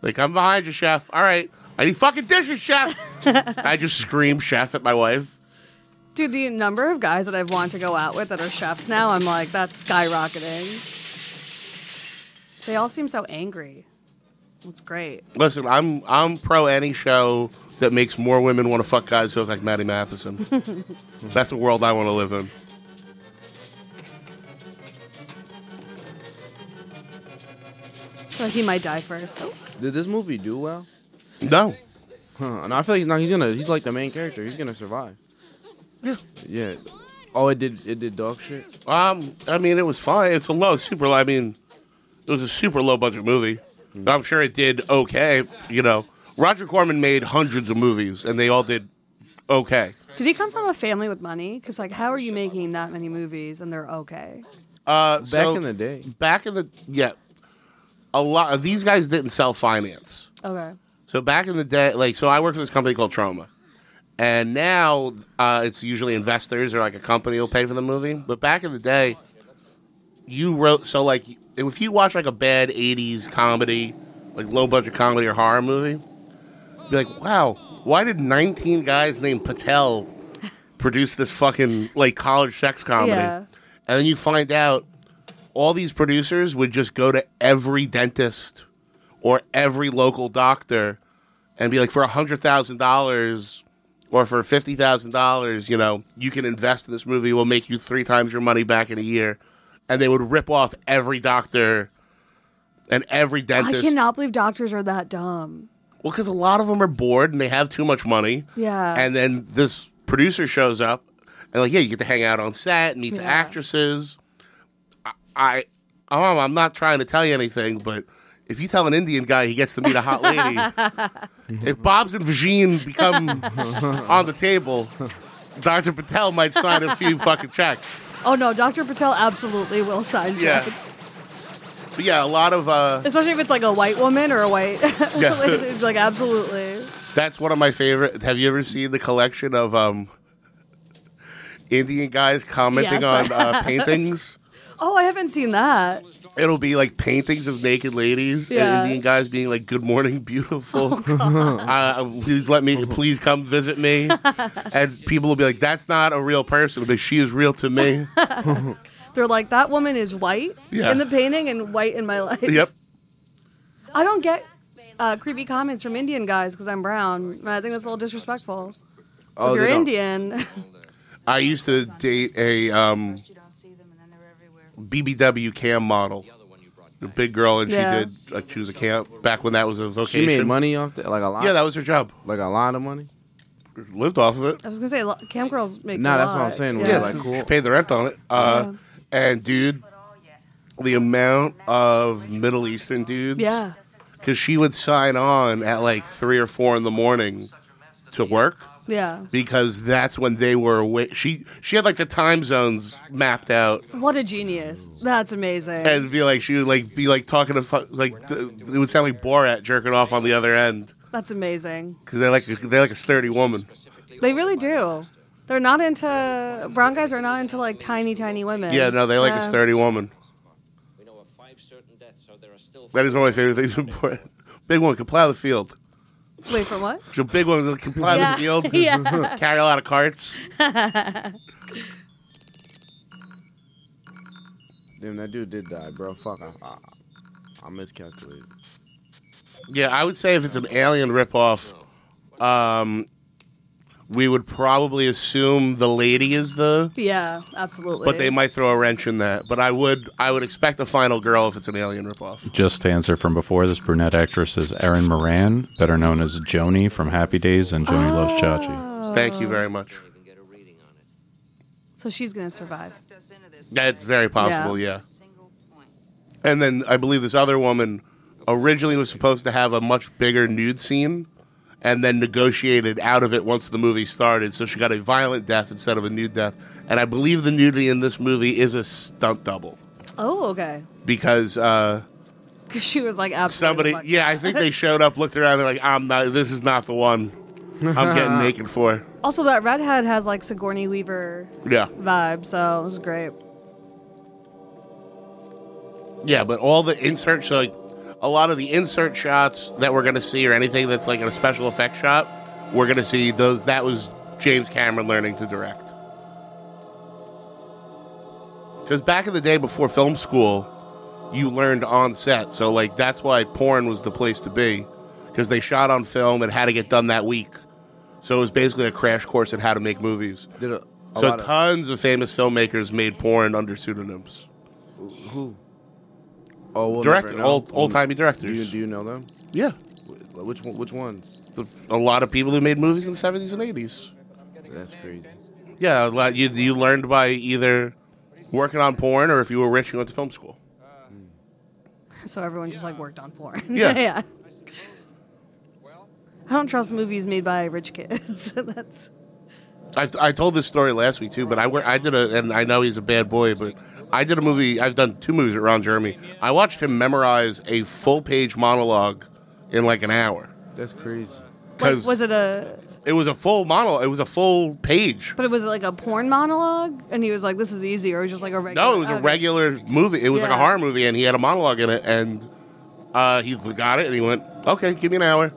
D: Like, I'm behind you, chef. All right. I need fucking dishes, chef. I just scream chef at my wife.
E: Dude, the number of guys that I've wanted to go out with that are chefs now, I'm like, that's skyrocketing. They all seem so angry. It's great.
D: Listen, I'm I'm pro any show that makes more women want to fuck guys who look like Maddie Matheson. That's a world I want to live in.
E: Like he might die first. Oh,
F: Did this movie do well?
D: No.
F: Huh. No, I feel like he's not. He's gonna. He's like the main character. He's gonna survive. Yeah. Yeah. Oh, it did. It did dog shit.
D: Um, I mean, it was fine. It's a low, super low. I mean, it was a super low budget movie. I'm sure it did okay, you know. Roger Corman made hundreds of movies, and they all did okay.
E: Did he come from a family with money? Because like, how are you making that many movies and they're okay?
D: Uh,
F: Back in the day.
D: back in the yeah, a lot of these guys didn't sell finance.
E: Okay.
D: So back in the day, like, so I worked for this company called Trauma, and now uh, it's usually investors or like a company will pay for the movie. But back in the day, you wrote so like if you watch like a bad '80s comedy, like low budget comedy or horror movie, be like, wow, why did 19 guys named Patel produce this fucking like college sex comedy?
E: Yeah.
D: And then you find out all these producers would just go to every dentist or every local doctor and be like, for $100,000 or for $50,000, you know, you can invest in this movie. We'll make you three times your money back in a year. And they would rip off every doctor and every
E: I
D: dentist.
E: cannot believe doctors are that dumb.
D: Well, because a lot of them are bored and they have too much money.
E: Yeah.
D: And then this producer shows up and like, yeah, you get to hang out on set and meet the
E: Yeah.
D: actresses. I, I, um, I'm not trying to tell you anything, but if you tell an Indian guy he gets to meet a hot lady, if Bob's and Vagine become on the table, Dr. Patel might sign a few fucking checks.
E: Oh no, Dr. Patel absolutely will sign
D: Yeah.
E: checks.
D: But yeah, a lot of uh,
E: Especially if it's like a white woman or a white.
D: Yeah.
E: it's like absolutely.
D: That's one of my favorite. Have you ever seen the collection of um, Indian guys commenting
E: Yes.
D: on uh, paintings?
E: Oh, I haven't seen that.
D: It'll be like paintings of naked ladies
E: Yeah. Oh,
D: and Indian guys being like, "Good morning, beautiful. uh, please let me. Please come visit me." and people will be like, "That's not a real person, but she is real to me."
E: They're like that woman is white
D: Yeah.
E: in the painting and white in my life.
D: yep.
E: I don't get uh, creepy comments from Indian guys because I'm brown. and I think that's a little disrespectful. So
F: Oh,
E: if you're
F: they don't-
E: Indian,
D: I used to date a um, BBW cam model, a big girl, and
E: Yeah.
D: she did like choose a camp back when that was a vocation.
F: She made money off that, like a lot.
D: Yeah, that was her job.
F: like a lot of money.
D: lived off of it.
E: I was gonna say lo- camp girls make.
F: Nah,
E: a
F: that's what
E: lot.
F: I'm saying,
E: Yeah.
F: Yeah,
D: Yeah,
F: like,
D: she-
F: cool.
D: she paid the rent on it. Uh, And dude, the amount of Middle Eastern dudes.
E: Yeah.
D: Because she would sign on at like three or four in the morning to work
E: Yeah.
D: because that's when they were awake. She she had like the time zones mapped out
E: What a genius! That's amazing.
D: and it'd be like she would like be like talking to fu- like th- it would sound like Borat jerking off on the other end
E: that's amazing.
D: because they like a- they like a sturdy woman.
E: They really do. They're not into brown guys are not into like tiny, tiny women. Um,
D: Yeah, no, they like
E: Yeah.
D: a sturdy woman.
H: We know of five certain deaths, so there are still
D: That is one of my favorite things. in Borat. Big woman can plow the field.
E: Wait for what?
D: The big ones that can plow
E: Yeah.
D: the field,
E: Yeah.
D: carry a lot of carts.
F: Damn, that dude did die, bro. Fuck, I, I, I miscalculated.
D: Yeah, I would say if it's an alien ripoff, um, we would probably assume the lady is the,
E: Yeah, absolutely.
D: but they might throw a wrench in that. But I would, I would expect a final girl if it's an alien ripoff.
I: Just to answer from before, this brunette actress is Erin Moran, better known as Joni from Happy Days and Joni Loves Chachi.
D: Thank you very much.
E: so she's gonna survive.
D: That's very possible. Yeah. And then I believe this other woman originally was supposed to have a much bigger nude scene. And then negotiated out of it once the movie started, so she got a violent death instead of a nude death. And I believe the nudity in this movie is a stunt double
E: Oh, okay.
D: because uh,
E: Because she was like absolutely.
D: somebody, yeah, I think they showed up, looked around, they're like, "I'm not. This is not the one. I'm getting naked for."
E: Also, that redhead has like Sigourney Weaver
D: Yeah,
E: vibe, so it was great.
D: Yeah, but all the inserts, like a lot of the insert shots that we're gonna see, or anything that's like a special effect shot, we're gonna see those. That was James Cameron learning to direct. Because back in the day, before film school, you learned on set. So like that's why porn was the place to be, because they shot on film and had to get done that week. So it was basically a crash course in how to make movies.
F: Did a, a
D: so
F: lot of
D: tons of famous filmmakers made porn under pseudonyms.
F: who? Oh, we'll
D: Director-
F: never know.
D: old- old-timey
F: Do you,
D: directors.
F: do you know them?
D: Yeah.
F: Wh- Which one, which ones?
D: the, a lot of people who made movies in the 70s and 80s.
F: That's crazy.
D: Yeah, a lot, you, you learned by either working on porn or if you were rich, you went to film school.
E: So everyone just like worked on porn.
D: Yeah.
E: yeah. I don't trust movies made by rich kids. That's
D: I've, I told this story last week too, but I went- I did a, and I know he's a bad boy, but I did a movie. I've done two movies with Ron Jeremy. I watched him memorize a full page monologue in like an hour.
F: That's crazy.
E: like,
D: 'Cause
E: was it a?
D: It was a full monologue. It was a full page.
E: But it was like a porn monologue, and he was like, "This is easy," or it was just like a regular.
D: No, it was a
E: okay.
D: regular movie. It was like a
E: Yeah.
D: horror movie, and he had a monologue in it, and uh, he got it, and he went, "Okay, give me an hour,"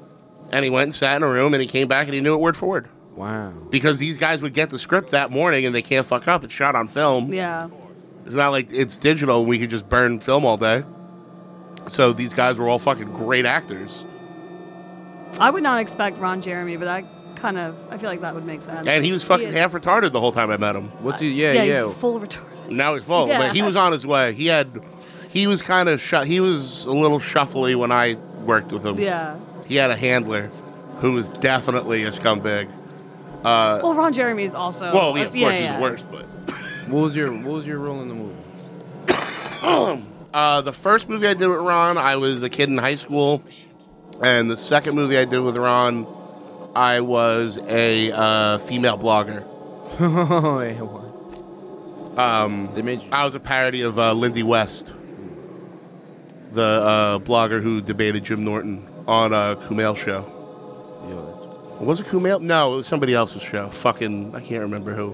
D: and he went and sat in a room, and he came back, and he knew it word for word
F: Wow.
D: because these guys would get the script that morning, and they can't fuck up. It's shot on film.
E: Yeah,
D: It's not like it's digital. We could just burn film all day. So these guys were all fucking great actors,
E: I would not expect Ron Jeremy, but I kind of I feel like that would make sense.
D: and he was fucking
E: is-
D: half retarded the whole time I met him.
F: What's he? Yeah,
E: yeah,
F: yeah.
E: he's full retarded.
D: Now he's full,
E: Yeah.
D: but he was on his way. He had, he was kind of shu- he was a little shuffly when I worked with him.
E: Yeah.
D: He had a handler who was definitely a scumbag. Uh,
E: Well, Ron Jeremy is also.
D: well, Oh, yeah, of course
E: yeah,
D: he's
E: yeah.
D: worse, but
F: What was your What was your role in the movie?
D: uh, the first movie I did with Ron, I was a kid in high school, and the second movie I did with Ron, I was a uh, female blogger.
F: oh, yeah, what?
D: Um,
F: They made you.
D: I was a parody of uh, Lindy West, the uh, blogger who debated Jim Norton on a Kumail show.
F: Yo, that's-
D: Was it Kumail? No, it was somebody else's show. Fucking, I can't remember who.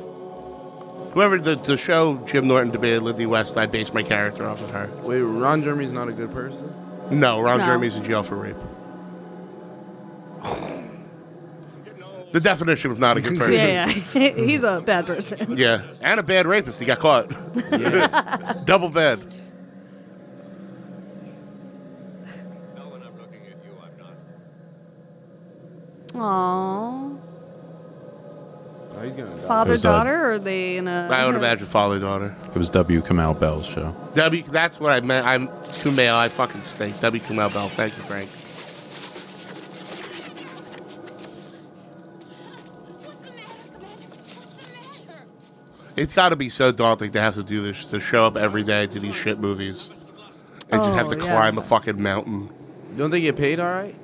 D: Whoever the, the show Jim Norton debated Lindy West, I based my character off of her.
F: Wait, Ron Jeremy's not a good person.
D: No, Ron
E: No.
D: Jeremy's in jail for rape. the definition of not a good person.
E: Yeah, yeah. he's a bad person.
D: Yeah, and a bad rapist. He got caught. Double bad.
H: No, when I'm looking at you, I'm not.
E: Aww.
F: Oh, he's gonna die.
E: Father
I: Who's that?
E: daughter, or are they in a?
D: I would imagine father daughter.
I: It was W. Kamau Bell's show.
D: W. That's what I meant. I'm Kumail. I fucking stink. W. Kumail Bell. Thank you, Frank. It's got to be so daunting to have to do this, to show up every day to these shit movies, and just have
E: Oh,
D: to
E: yeah.
D: climb a fucking mountain.
F: Don't they get paid all right?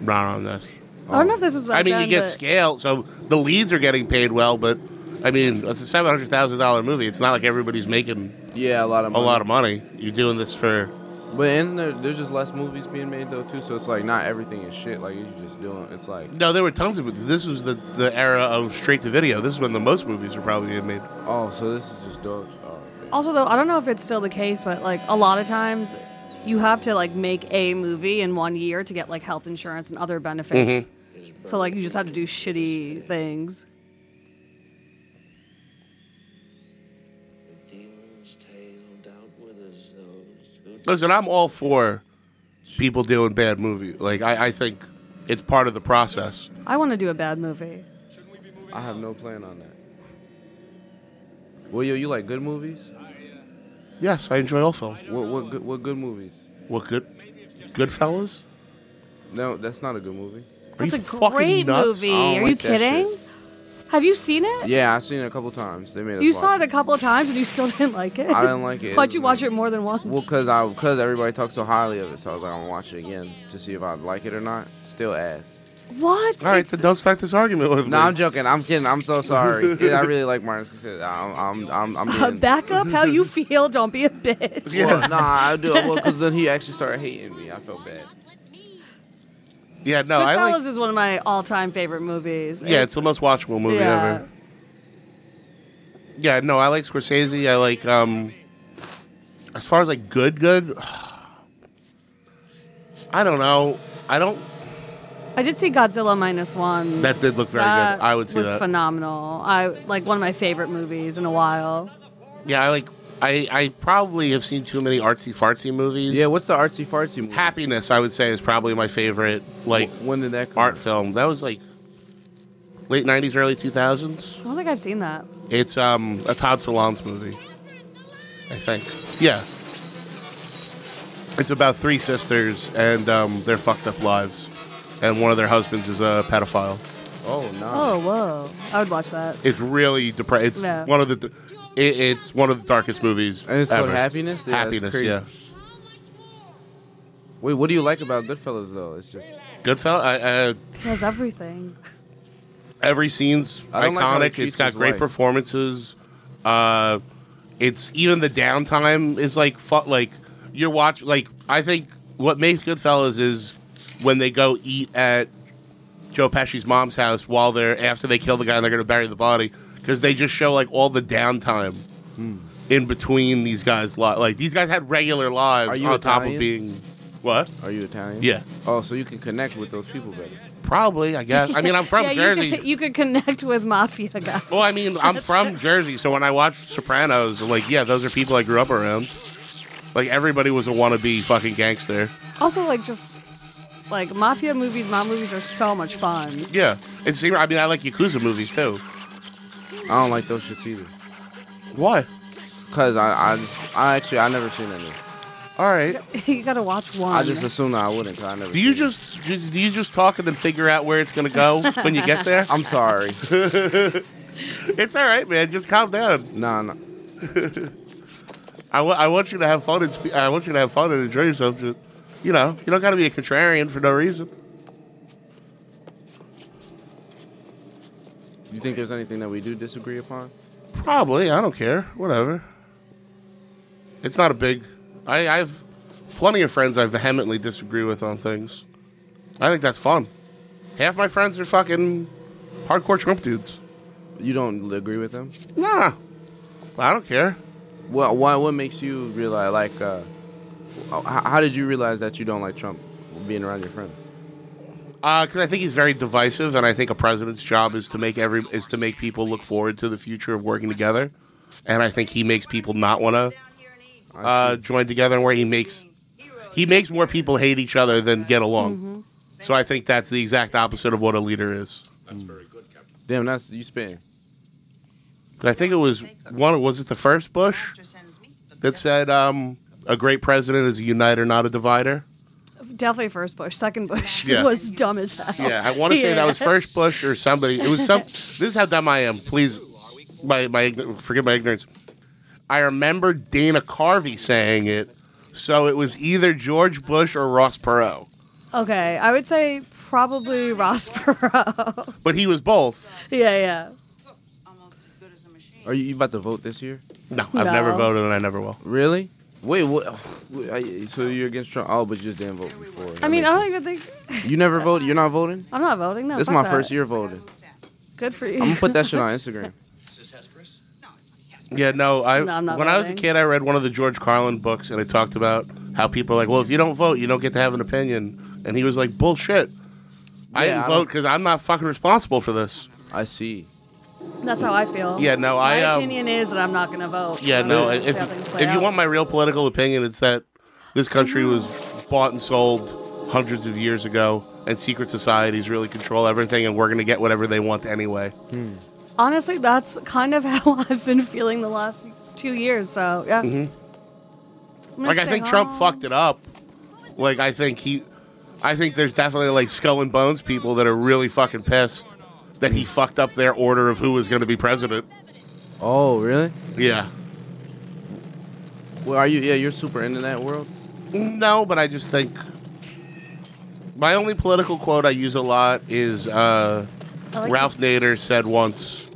D: Not on this.
E: I don't know if this is.
D: I
E: back
D: mean, you
E: then,
D: get
E: but-
D: scaled, so the leads are getting paid well, but I mean, it's a seven hundred thousand dollar movie. It's not like everybody's making
F: Yeah, a lot of
D: a
F: money.
D: lot of money. You're doing this for
F: But isn't there, there's just less movies being made though too, so it's like not everything is shit. Like you're just doing. It's like
D: No, there were tons of. This was the, the era of straight to video. This is when the most movies were probably being made.
F: oh, so this is just dope. Oh, man.
E: Also, though, I don't know if it's still the case, but like a lot of times, you have to like make a movie in one year to get like health insurance and other benefits.
D: Mm-hmm.
E: So like you just have to do shitty things.
H: The demon's tail down withers those who
D: Listen, I'm all for people doing bad movie. Like I, I think it's part of the process.
E: I want to do a bad movie.
F: I have no plan on that. Well, yo, you like good movies?
D: Yes, I enjoy all film.
F: What what good, what good movies?
D: What good? Goodfellas?
F: No, that's not a good movie.
D: Are you
E: That's a
D: fucking
E: great
D: nuts?
E: movie.
F: I don't
E: Are you
F: like that
E: kidding? Have you seen it?
F: Yeah, I've seen it a couple times. They made us
E: You
F: watch
E: saw it a couple of times and you still didn't like it.
F: I didn't like it.
E: Why'd you watch it more than once?
F: Well, cause I, cause everybody talks so highly of it, so I was like, I'm gonna watch it again to see if I like it or not. Still ass.
E: what?
D: All right,
E: It's-
D: then don't start this argument with me.
F: No, I'm joking. I'm kidding. I'm so sorry. Yeah, I really like Martin Scorsese. I'm, I'm, I'm, I'm
E: Uh,
F: being,
E: back up how you feel. Don't be a bitch.
F: Well, nah, I do. Well, cause then he actually started hating me. I felt bad.
D: yeah, no, I
E: Goodfellas
D: like.
E: is one of my all-time favorite movies.
D: Yeah, it's the most watchable movie
E: Yeah.
D: ever. Yeah, no, I like Scorsese. I like um as far as like good good I don't know. I don't
E: I did see Godzilla minus one.
D: that did look very
E: That
D: good. I would say
E: was
D: that.
E: phenomenal. I like one of my favorite movies in a while.
D: Yeah, I like I I probably have seen too many artsy fartsy movies.
F: Yeah, what's the artsy fartsy movie?
D: Happiness I would say is probably my favorite like
F: When did that come?
D: art
F: out?
D: film. That was like late 90s early 2000s.
E: I don't think I've seen that.
D: It's um a Todd Solondz movie, I think. Yeah. It's about three sisters and um, their fucked up lives, and one of their husbands is a pedophile.
F: Oh no.
E: Oh, whoa! I would watch that.
D: It's really depressing. It's
E: Yeah.
D: one of the, it, it's one of the darkest movies.
F: And it's
D: ever.
F: called Happiness. Yeah, that's
D: Happiness,
F: crazy.
D: yeah.
F: Wait, what do you like about Goodfellas though? It's just
D: Good fellow. I, I,
E: He has everything.
D: every scene's
F: I don't like how he
D: iconic. it's
F: treats
D: got
F: his
D: great
F: wife.
D: performances. Uh, it's even the downtime is like fu- like you're watch like I think what makes Goodfellas is when they go eat at Joe Pesci's mom's house while they're after they kill the guy and they're going to bury the body because they just show like all the downtime
F: Hmm.
D: in between these guys' li Like these guys had regular lives
F: Are
D: on
F: you
D: top of
F: Italian?
D: being what?
F: are you Italian?
D: Yeah.
F: Oh, so you can connect with those people better.
D: Probably, I guess. I mean, I'm from
E: yeah,
D: Jersey.
E: You could, you could connect with mafia guys.
D: Well, I mean, I'm from Jersey, so when I watch Sopranos, I'm like, yeah, those are people I grew up around. Like everybody was a wannabe fucking gangster.
E: Also, like just like mafia movies, mob movies are so much fun.
D: Yeah, it's. I mean, I like Yakuza movies too.
F: I don't like those shits either.
D: Why?
F: Cause I I, just, I actually I never seen any.
D: All right.
E: you gotta watch one.
F: I just assumed that I wouldn't. Cause I never.
D: Do you
F: seen it.
D: just do do you just talk and then figure out where it's gonna go when you get there?
F: I'm sorry.
D: It's all right, man. Just calm down.
F: nah, nah.
D: I wa- I want you to have fun and spe- I want you to have fun and enjoy yourself. Just, you know, you don't got to be a contrarian for no reason.
F: You think there's anything that we do disagree upon?
D: Probably. I don't care. Whatever. It's not a big. I, I've plenty of friends I vehemently disagree with on things. I think that's fun. Half my friends are fucking hardcore Trump dudes.
F: You don't agree with them?
D: Nah. I don't care.
F: Well, why? What makes you realize? Like, uh, how, how did you realize that you don't like Trump being around your friends?
D: Because Uh, I think he's very divisive, and I think a president's job is to make every is to make people look forward to the future of working together, and I think he makes people not want to
F: I
D: uh,
F: see.
D: join together and where he makes he makes more people hate each other than get along.
F: Mm-hmm.
D: So I think that's the exact opposite of what a leader is.
F: Damn, that's you spitting.
D: 'Cause I think it was one was it the first Bush that said um, a great president is a uniter, not a divider.
E: definitely first Bush, second Bush
D: Yeah.
E: was dumb as hell.
D: Yeah, I want to say that was
E: Yeah.
D: first Bush or somebody. It was some. this is how dumb I am. Please, my my ign- forgive my ignorance. I remember Dana Carvey saying it, so it was either George Bush or Ross Perot,
E: Okay, I would say probably Ross Perot.
D: but he was both.
E: yeah, yeah.
F: Are you, you about to vote this year?
D: No, I've never
E: No.
D: voted and I never will.
F: Really? Wait, what? wait, I- So you're against Trump? Oh, but you just didn't vote before.
E: I
F: That
E: mean,
F: makes
E: I don't
F: sense.
E: even think
F: You never voted. You're not voting.
E: I'm not voting. No,
F: this is
E: fuck
F: my
E: that.
F: first year voting.
E: Good for you.
F: I'm gonna put that shit on Instagram.
D: Yeah, no. I
E: No, I'm not
D: when I was a
E: voting.
D: kid, I read one of the George Carlin books, and it talked about how people are like, "Well, if you don't vote, you don't get to have an opinion," and he was like, "Bullshit." I
F: Yeah,
D: didn't
F: I
D: vote
F: don't-
D: because I'm not fucking responsible for this.
F: I see.
E: That's how I feel.
D: Yeah, no,
E: My
D: I, um,
E: opinion is that I'm not gonna vote.
D: Yeah,
E: I'm
D: no.
E: gonna
D: If
E: see how things play
D: if you
E: out.
D: want my real political opinion, it's that this country was bought and sold hundreds of years ago, and secret societies really control everything, and we're gonna get whatever they want anyway.
E: honestly, that's kind of how I've been feeling the last two years. So yeah.
D: Mm-hmm.
E: I'm gonna
D: Like I
E: stay
D: think Trump
E: home.
D: fucked it up. Like I think he, I think there's definitely like skull and bones people that are really fucking pissed that he fucked up their order of who was gonna be president.
F: Oh, really?
D: Yeah.
F: Well, are you? Yeah, you're super into that world.
D: No, but I just think my only political quote I use a lot is uh,
E: I like
D: Ralph Nader said once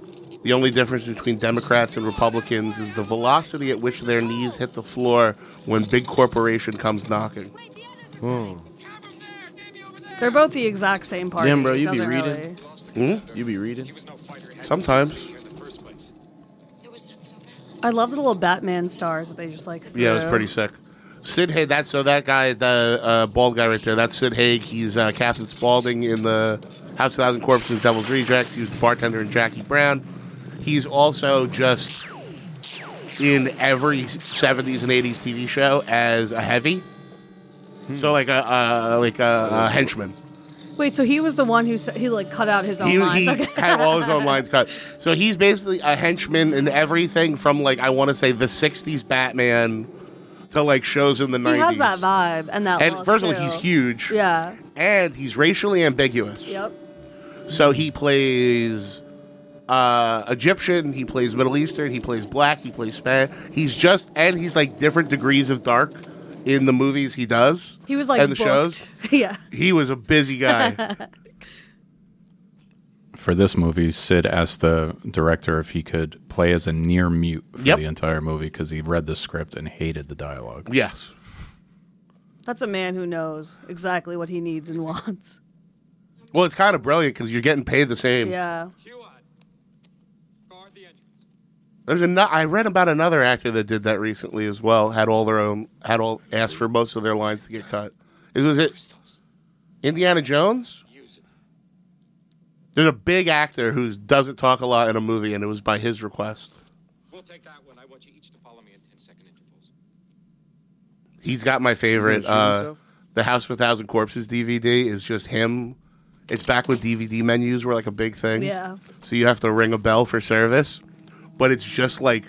D: the only difference between Democrats and Republicans is the velocity at which their knees hit the floor when big corporation comes knocking.
E: They're both the exact same party.
F: Damn, bro, you be
E: Doesn't
F: reading?
E: really-
D: Hmm?
F: You be reading?
D: Sometimes.
E: I love the little Batman stars that they just like. Threw.
D: Yeah, it was pretty sick. Sid Haig, that's so that guy, the uh, bald guy right there, that's Sid Haig. He's uh, Captain Spaulding in the House of Thousand Corpses and Devil's Rejects. He was the bartender in Jackie Brown. He's also just in every 70s and 80s TV show as a heavy.
E: Hmm.
D: So like a uh, like a, a henchman.
E: Wait, so he was the one who said, he like cut out his own
D: He,
E: lines.
D: he
E: Okay.
D: had all his own lines cut. So he's basically a henchman in everything from like I want to say the '60s Batman to like shows in the
E: He
D: '90s.
E: has that vibe and that.
D: And
E: look,
D: first of
E: too.
D: all, he's huge.
E: Oh, Yeah.
D: And he's racially ambiguous.
E: Yep.
D: So he plays uh, Egyptian, he plays Middle Eastern, he plays black, he plays Spanish. He's just, and he's like different degrees of dark in the movies he does.
E: He was like
D: and the
E: booked.
D: shows.
E: yeah.
D: He was a busy guy.
I: For this movie, Sid asked the director if he could play as a near mute for
D: Yep.
I: the entire movie because he read the script and hated the dialogue.
D: yes.
E: That's a man who knows exactly what he needs and wants.
D: Well, it's kind of brilliant because you're getting paid the same.
E: Yeah.
D: There's an- I read about another actor that did that recently as well. Had all their own. Had all asked for most of their lines to get cut. Is was it Indiana Jones? There's a big actor who doesn't talk a lot in a movie, and it was by his request.
G: We'll take that one. I want you each to follow me in 10 second intervals.
D: He's got my favorite.
F: He's gonna
D: Uh,
F: shoot himself?
D: the House of a Thousand Corpses DVD is just him. It's back when DVD menus were like a big thing.
E: Yeah.
D: So you have to ring a bell for service, but it's just like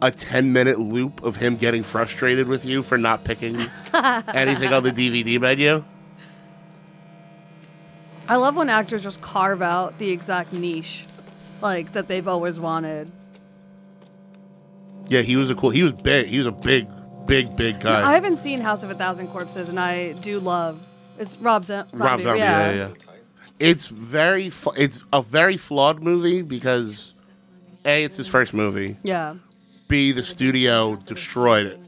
D: a 10 minute loop of him getting frustrated with you for not picking anything on the DVD menu.
E: I love when actors just carve out the exact niche, like that they've always wanted.
D: Yeah, he was a cool, he was big. He was a big, big, big guy.
E: I haven't seen House of a Thousand Corpses, and I do love. It's Rob Zom- Zombie.
D: Rob Zombie, yeah, yeah. It's very, fl- it's a very flawed movie because A, it's his first movie.
E: Yeah.
D: B, the studio destroyed it.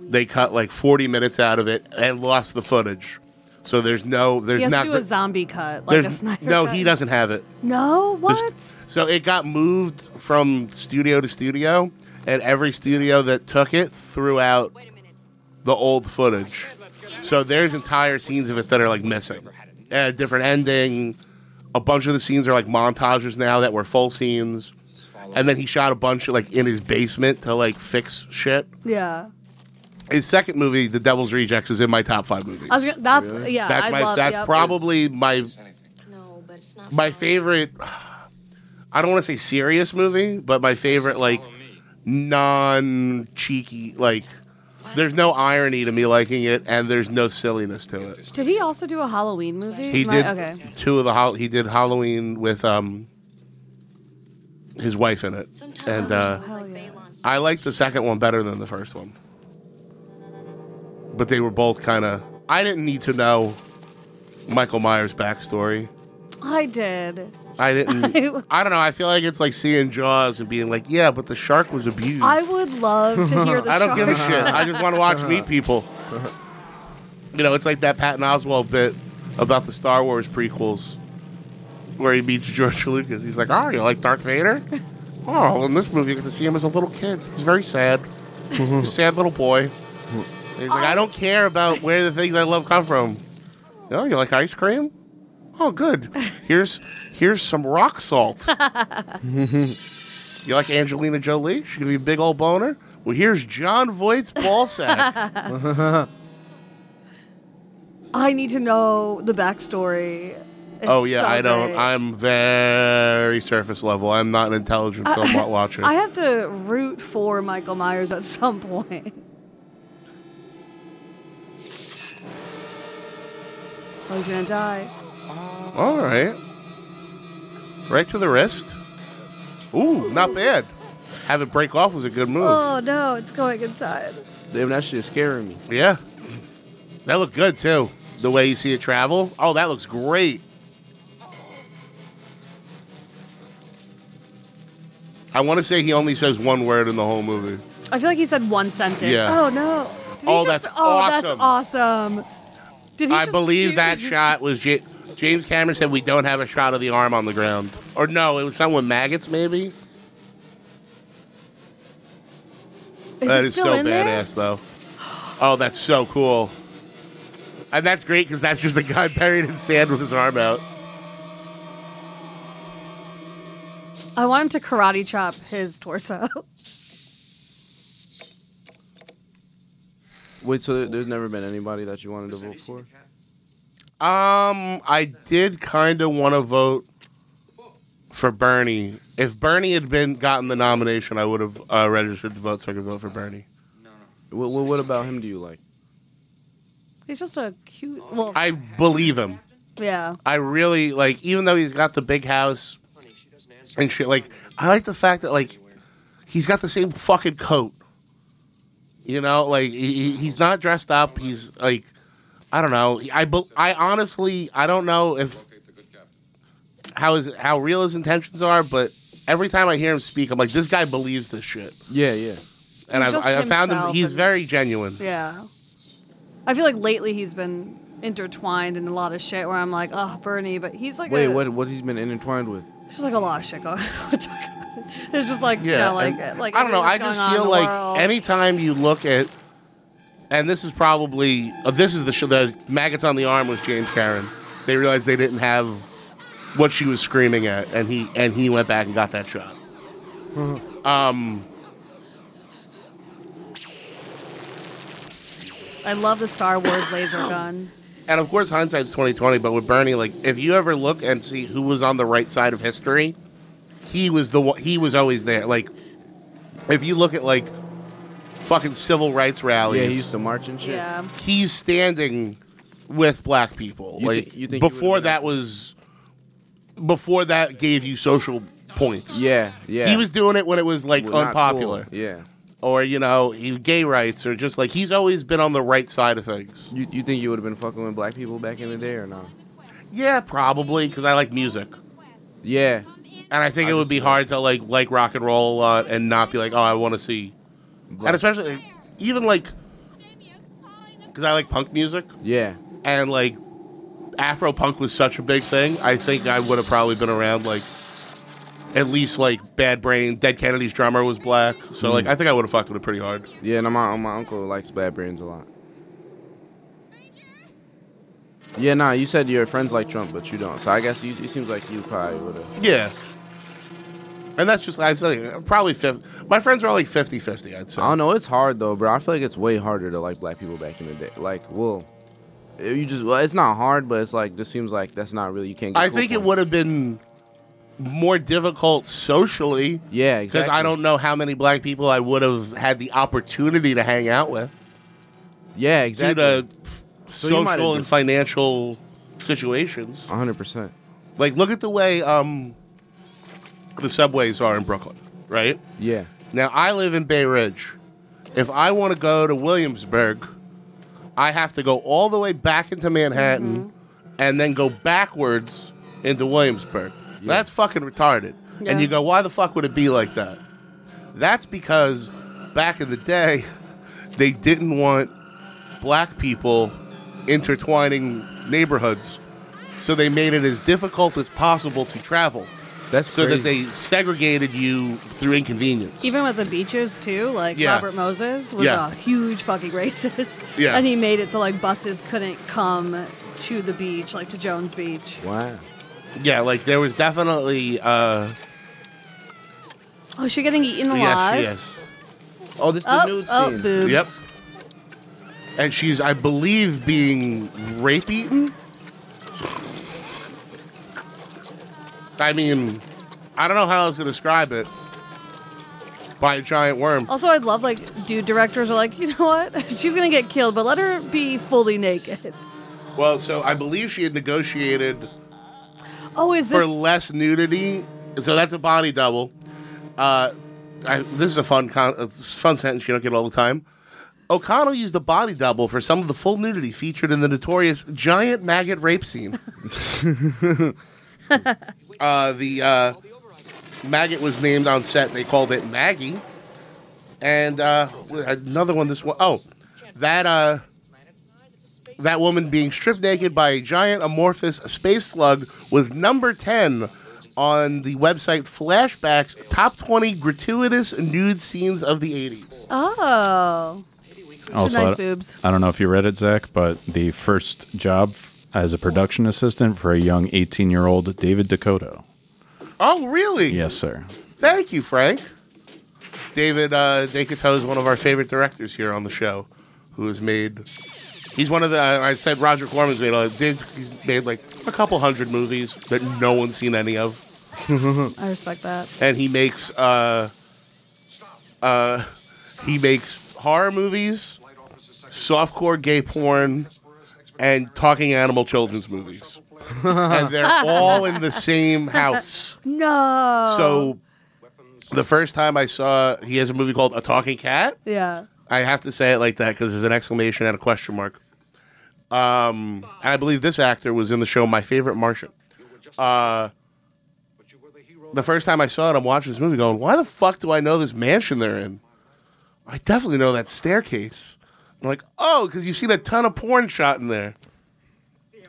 D: They cut like 40 minutes out of it and lost the footage. So there's no, there's
E: He has
D: not,
E: to do
D: ver-
E: a zombie cut, like a
D: there's
E: Snyder
D: no,
E: cut.
D: he doesn't have it.
E: No,
D: The
E: what?
D: st- So it got moved from studio to studio, and every studio that took it threw out the old footage. So there's entire scenes of it that are like missing, and a different ending. A bunch of the scenes are like montages now that were full scenes, and then he shot a bunch like in his basement to like fix shit.
E: yeah.
D: His second movie, The Devil's Rejects, is in my top five movies.
E: I was gonna, that's yeah.
D: that's
E: I
D: my
E: love,
D: that's
E: yep.
D: probably my
J: No, but it's not.
D: my
J: fun.
D: favorite i don't want to say serious movie but my favorite like non cheeky like there's no irony to me liking it and there's no silliness to it
E: Did he also do a Halloween movie?
D: he
E: Am
D: did
E: I- okay.
D: two of the hol- he did halloween with um his wife in it
J: Sometimes
D: and
J: I wish
D: uh
J: it was like
E: Hell yeah.
J: Balon's.
D: i liked the second one better than the first one but they were both kind of i didn't need to know michael myers backstory
E: I did.
D: I didn't. I don't know. I feel like it's like seeing Jaws and being like, yeah, but the shark was abused.
E: I would love to hear the.
D: I don't
E: shark.
D: give a shit. I just want to watch meat people. You know, it's like that Patton Oswald bit about the Star Wars prequels where he meets George Lucas. He's like, oh, you like Darth Vader? Oh, well, in this movie, you get to see him as a little kid. He's very sad. He's a sad little boy. He's like, I don't care about where the things I love come from. Oh, you like ice cream? Oh, good. Here's here's some rock salt. You like Angelina Jolie? She give you a big old boner. Well, here's John Voight's ball sack.
E: I need to know the backstory. It's
D: oh yeah,
E: so
D: I don't.
E: great.
D: I'm very surface level. I'm not an intelligent film wa- watcher.
E: I have to root for Michael Myers at some point. Oh, he's gonna die.
D: All right, right to the wrist. Ooh, not bad. Have it break off was a good move.
E: Oh no, it's going inside.
F: Damn, that shit is scaring me.
D: Yeah, that looked good too. The way you see it travel. Oh, that looks great. I want to say he only says one word in the whole movie.
E: I feel like he said one sentence.
D: Yeah.
E: Oh no. Did he
D: Oh,
E: just-
D: that's
E: oh,
D: awesome.
E: that's awesome. Did he
D: I
E: just
D: believe
E: do-
D: that shot was J- James Cameron said we don't have a shot of the arm on the ground, or no, it was someone maggots maybe.
E: Is
D: that
E: it
D: is
E: still
D: so
E: in there?
D: badass though. Oh, that's so cool, and that's great because that's just a guy buried in sand with his arm out.
E: I want him to karate chop his torso.
F: Wait, so there- there's never been anybody that you wanted to vote for?
D: Um, I did kind of want to vote for Bernie. If Bernie had been gotten the nomination, I would have uh, registered to vote so I could vote for Bernie.
F: What, what, what about him do you like?
E: he's just a cute. Well,
D: I believe him.
E: yeah.
D: I really like, even though he's got the big house and shit. Like, I like the fact that like he's got the same fucking coat You know, like he, he- he's not dressed up. He's like, I don't know. I bel- I honestly I don't know if how is how real his intentions are, but every time I hear him speak, I'm like, this guy believes this shit.
F: Yeah, yeah.
D: And
E: He's
D: I've,
E: just
D: I found him.
E: himself
D: He's
E: and-
D: very genuine.
E: Yeah. I feel like lately he's been intertwined in a lot of shit where I'm like, oh, Bernie, but he's like,
F: Wait,
E: a,
F: what? What he's been intertwined with?
E: There's like a lot of shit going on. There's just like,
D: Yeah,
E: you know, like, uh,
D: and
E: like
D: I don't know. I
E: everything
D: just
E: going on in
D: feel
E: the
D: like
E: world.
D: anytime you look at, and this is probably uh, this is the show the maggots on the arm was James Karen. They realized they didn't have what she was screaming at, and he and he went back and got that shot. Um,
E: I love the Star Wars laser gun.
D: and of course hindsight's twenty twenty. But with Bernie, like if you ever look and see who was on the right side of history, he was the one. He was always there. Like if you look at like fucking civil rights rallies,
F: Yeah, he used to march and shit.
E: Yeah.
D: he's standing with black people.
F: You
D: like
F: thi- you think he
D: before that was before that gave you social points.
F: Yeah, yeah.
D: He was doing it when it was like
F: Well, not
D: unpopular.
F: cool. Yeah.
D: Or, you know, he, gay rights or just like he's always been on the right side of things.
F: You, you think you would have been fucking with black people back in the day or no?
D: Yeah, probably cuz I like music.
F: Yeah.
D: And I think it would be hard to like like rock and roll a lot and not be like, "Oh, I want to see."
F: Black-
D: And especially like, even like cuz I like punk music.
F: Yeah.
D: and like Afro punk was such a big thing. I think I would have probably been around like at least like Bad Brain, Dead Kennedy's drummer was black, so
F: Mm.
D: like I think I would have fucked with it pretty hard.
F: Yeah, and my my uncle likes Bad Brains a lot. Yeah, nah, you said your friends like Trump, but you don't. So I guess you, it seems like you probably would have.
D: Yeah. And that's just I said probably 50. My friends are all like 50-50, I'd say.
F: I don't know. It's hard though, bro. I feel like it's way harder to like black people back in the day. Like, well, it- you just well, it's not hard, but it's like just seems like that's not really you can't. Get
D: I
F: cool
D: think it
F: points.
D: would have been more difficult socially
F: Yeah,
D: because
F: exactly.
D: I don't know how many black people I would have had the opportunity to hang out with
F: Yeah, exactly.
D: due to
F: So you might have
D: social and
F: just-
D: financial situations.
F: One hundred percent.
D: Like, look at the way um, the subways are in Brooklyn, right?
F: Yeah.
D: Now, I live in Bay Ridge. If I want to go to Williamsburg, I have to go all the way back into Manhattan and then go backwards into Williamsburg. That's fucking retarded.
E: Yeah.
D: And you go, why the fuck would it be like that? That's because back in the day, they didn't want black people intertwining neighborhoods. So they made it as difficult as possible to travel
F: That's
D: so
F: crazy.
D: that they segregated you through inconvenience.
E: Even with the beaches too, like
D: Yeah.
E: Robert Moses was
D: Yeah.
E: a huge fucking racist.
D: Yeah.
E: And he made it so like buses couldn't come to the beach, like to Jones Beach.
F: wow.
D: yeah, like there was definitely. Uh,
E: Oh, is she getting eaten
D: yes,
E: alive?
D: yes.
F: Oh, this
E: Oh,
F: the nude
E: oh,
F: scene.
E: boobs.
D: Yep. And she's, I believe, being rape eaten. I mean, I don't know how else to describe it. By a giant worm.
E: Also, I love like dude directors are like, you know what? She's gonna get killed, but let her be fully naked.
D: Well, so I believe she had negotiated
E: Oh, is
D: for
E: this?
D: less nudity. So that's a body double. Uh, I, this is a fun con- a fun sentence you don't get all the time. O'Connell used a body double for some of the full nudity featured in the notorious giant maggot rape scene. uh, the uh, maggot was named on set. They called it Maggie. And uh, another one. This one. Oh, that uh, that woman being stripped naked by a giant amorphous space slug was number 10 on the website Flashback's top 20 gratuitous nude scenes of the 80s.
E: Oh, nice
I: Also, I don't-
E: boobs.
I: I don't know if you read it, Zach, but the first job f- as a production assistant for a young 18 year old David Dakota.
D: Oh, really?
I: Yes, sir.
D: Thank you, Frank. David uh, Decato is one of our favorite directors here on the show, who has made. He's one of the. I I said Roger Corman's made. Like, he's made like a couple hundred movies that no one's seen any of.
E: I respect that.
D: and he makes uh uh he makes horror movies, softcore gay porn, and talking animal children's movies. and they're all in the same house.
E: No.
D: So the first time I saw he has a movie called A Talking Cat,
E: yeah.
D: I have to say it like that because there's an exclamation and a question mark. Um, and I believe this actor was in the show My Favorite Martian. Uh, the first time I saw it, I'm watching this movie going, why the fuck do I know this mansion they're in? I definitely know that staircase. I'm like, oh, because you've seen a ton of porn shot in there.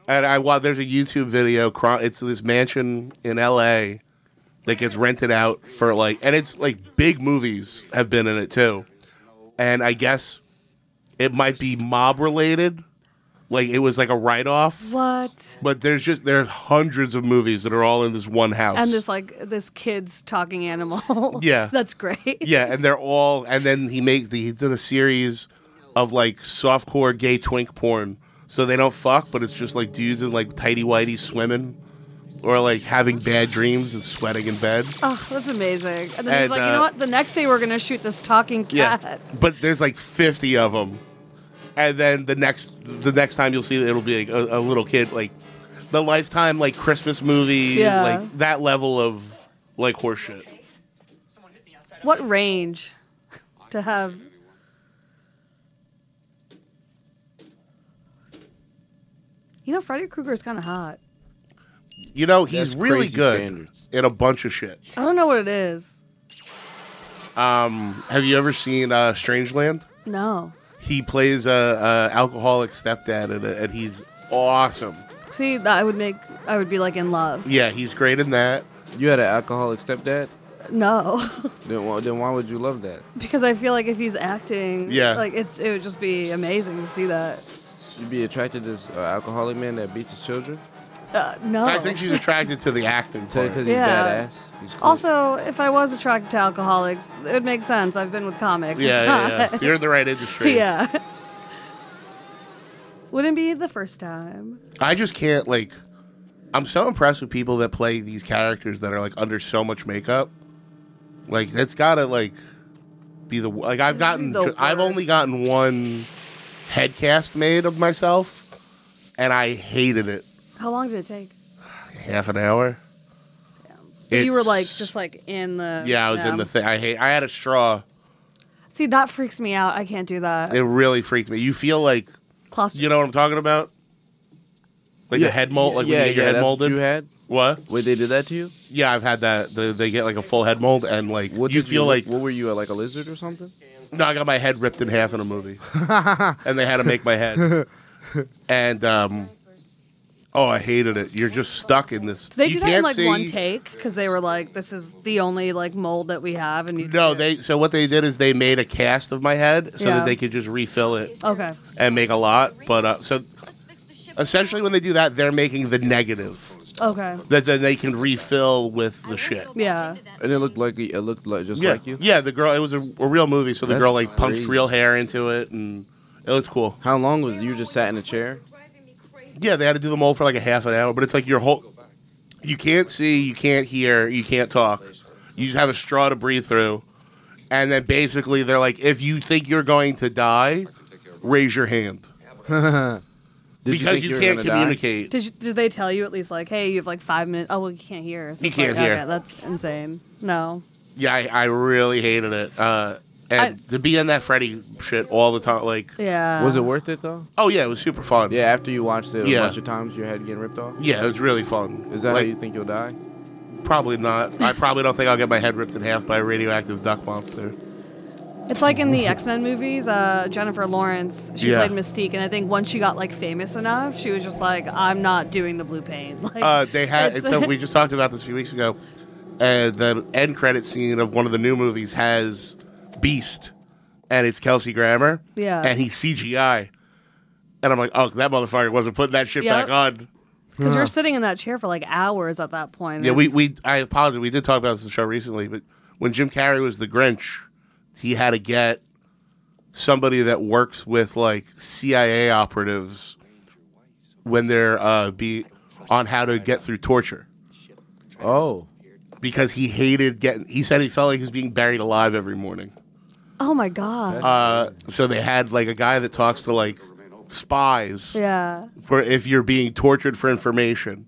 D: And I well, there's a YouTube video. chron- It's this mansion in L.A. that gets rented out for like, and it's like big movies have been in it too. And I guess it might be mob related. Like it was like a write off.
E: What?
D: But there's just there's hundreds of movies that are all in this one house.
E: And this like this kid's talking animal.
D: Yeah.
E: that's great.
D: yeah, and they're all, and then he makes the, he did a series of like softcore gay twink porn. So they don't fuck, but it's just like dudes in like tidy whitey swimming, or like having bad dreams and sweating in bed.
E: Oh, that's amazing. And then
D: And,
E: he's like, you know
D: uh,
E: what? The next day we're gonna shoot this talking cat.
D: but there's like fifty of them, and then the next the next time you'll see it, it'll be like a, a little kid, like the lifetime like Christmas movie,
E: Yeah.
D: like that level of like horseshit.
E: What range to have? You know, Freddy Krueger is kind of hot.
D: You know, he's
F: That's
D: really
F: crazy
D: good
F: standards.
D: in a bunch of shit.
E: I don't know what it is.
D: Um, have you ever seen uh, Strangeland?
E: No.
D: He plays a, a alcoholic stepdad, and, and he's awesome.
E: See, that I would make. I would be like in love.
D: Yeah, he's great in that.
F: You had an alcoholic stepdad.
E: No,
F: Then why, then why would you love that?
E: because I feel like if he's acting,
F: Yeah.
E: like it's it would just be amazing to see that.
F: You'd be attracted to this uh, alcoholic man that beats his children.
E: Uh, no.
D: I think she's attracted to the acting
F: Tell you
D: part.
F: because he's
E: Yeah.
F: badass. He's cool.
E: Also, if I was attracted to alcoholics, it would make sense. I've been with comics.
D: Yeah, yeah,
E: It's
D: yeah.
E: not-
D: you're in the right industry.
E: yeah. Wouldn't be the first time.
D: I just can't like. I'm so impressed with people that play these characters that are like under so much makeup. Like that's gotta like be the like I've gotten
E: The
D: I've only gotten one head cast made of myself, and I hated it.
E: How long did it take?
D: Half an hour.
E: you were
D: It's-
E: like just like in the
D: Yeah, I was in the thing. I hate. I had a straw.
E: See, that freaks me out. I can't do that.
D: It really freaked me. You feel like
E: Claustro-
D: you know what I'm talking about? Like
F: Yeah,
D: a head mold, like
F: yeah,
D: when you get your
F: yeah,
D: head
F: that's what
D: molded.
F: you had?
D: What?
F: Wait, they did that to you?
D: Yeah, I've had that. The, they get like a full head mold, and like you
F: did
D: feel like
F: what were you uh, like a lizard or something?
D: no, I got my head ripped in half in a movie, and they had to make my head. And um, oh, I hated it. You're just stuck in this.
E: Did they
D: you
E: do that in
D: can't
E: like one
D: see-
E: take? Because they were like, "This is the only like mold that we have," and you
D: No, they. So what they did is they made a cast of my head so
E: Yeah.
D: that they could just refill it.
E: okay.
D: and make a lot. But uh, so essentially, when they do that, they're making the negative
E: Okay.
D: that then they can refill with the shit.
E: Yeah.
F: And it looked like it looked like just
D: yeah,
F: like you.
D: yeah. The girl. It was a, a real movie, so the
F: That's
D: girl like punched
F: crazy.
D: real hair into it, and it looked cool.
F: How long was you just sat in a chair?
D: Yeah, they had to do the mold for like a half an hour, but it's like your whole. You can't see, you can't hear, you can't talk. You just have a straw to breathe through, and then basically they're like, if you think you're going to die, raise your hand
F: Did
D: because
F: think
D: you,
F: were
D: can't
F: gonna die?
D: communicate.
E: Did you, did they tell you at least like, "Hey, you have like five minutes"? Oh, well, you can't hear. So
D: You
E: it's like,
D: can't hear.
E: Okay, that's insane. No.
D: Yeah, I, I really hated it. Uh, and to be in that Freddy shit all the time, like,
E: Yeah.
F: Was it worth it though?
D: oh yeah, it was super fun.
F: Yeah, after you watched it a
D: Yeah.
F: bunch of times, your head getting ripped off.
D: Yeah, it was really fun.
F: Is that
D: like,
F: how you think you'll die?
D: Probably not. I probably don't think I'll get my head ripped in half by a radioactive duck monster.
E: It's like in the X Men movies, uh, Jennifer Lawrence, she
D: Yeah.
E: played Mystique, and I think once she got like famous enough, she was just like, I'm not doing the blue paint. Like,
D: Uh, they had
E: it's-
D: so we just talked about this a few weeks ago. Uh, the end credit scene of one of the new movies has Beast, and it's Kelsey Grammer.
E: Yeah.
D: and he's CGI, and I'm like, oh, that motherfucker wasn't putting that shit
E: Yep.
D: back on.
E: Because you're sitting in that chair for like hours at that point.
D: Yeah, we,
E: It's-
D: we I apologize. We did talk about this on the show recently, but when Jim Carrey was the Grinch, he had to get somebody that works with like CIA operatives when they're uh, be on how to get through torture
F: Oh,
D: because he hated getting. He said he felt like he was being buried alive every morning.
E: Oh my god.
D: Uh, so they had like a guy that talks to like spies
E: yeah.
D: for if you're being tortured for information,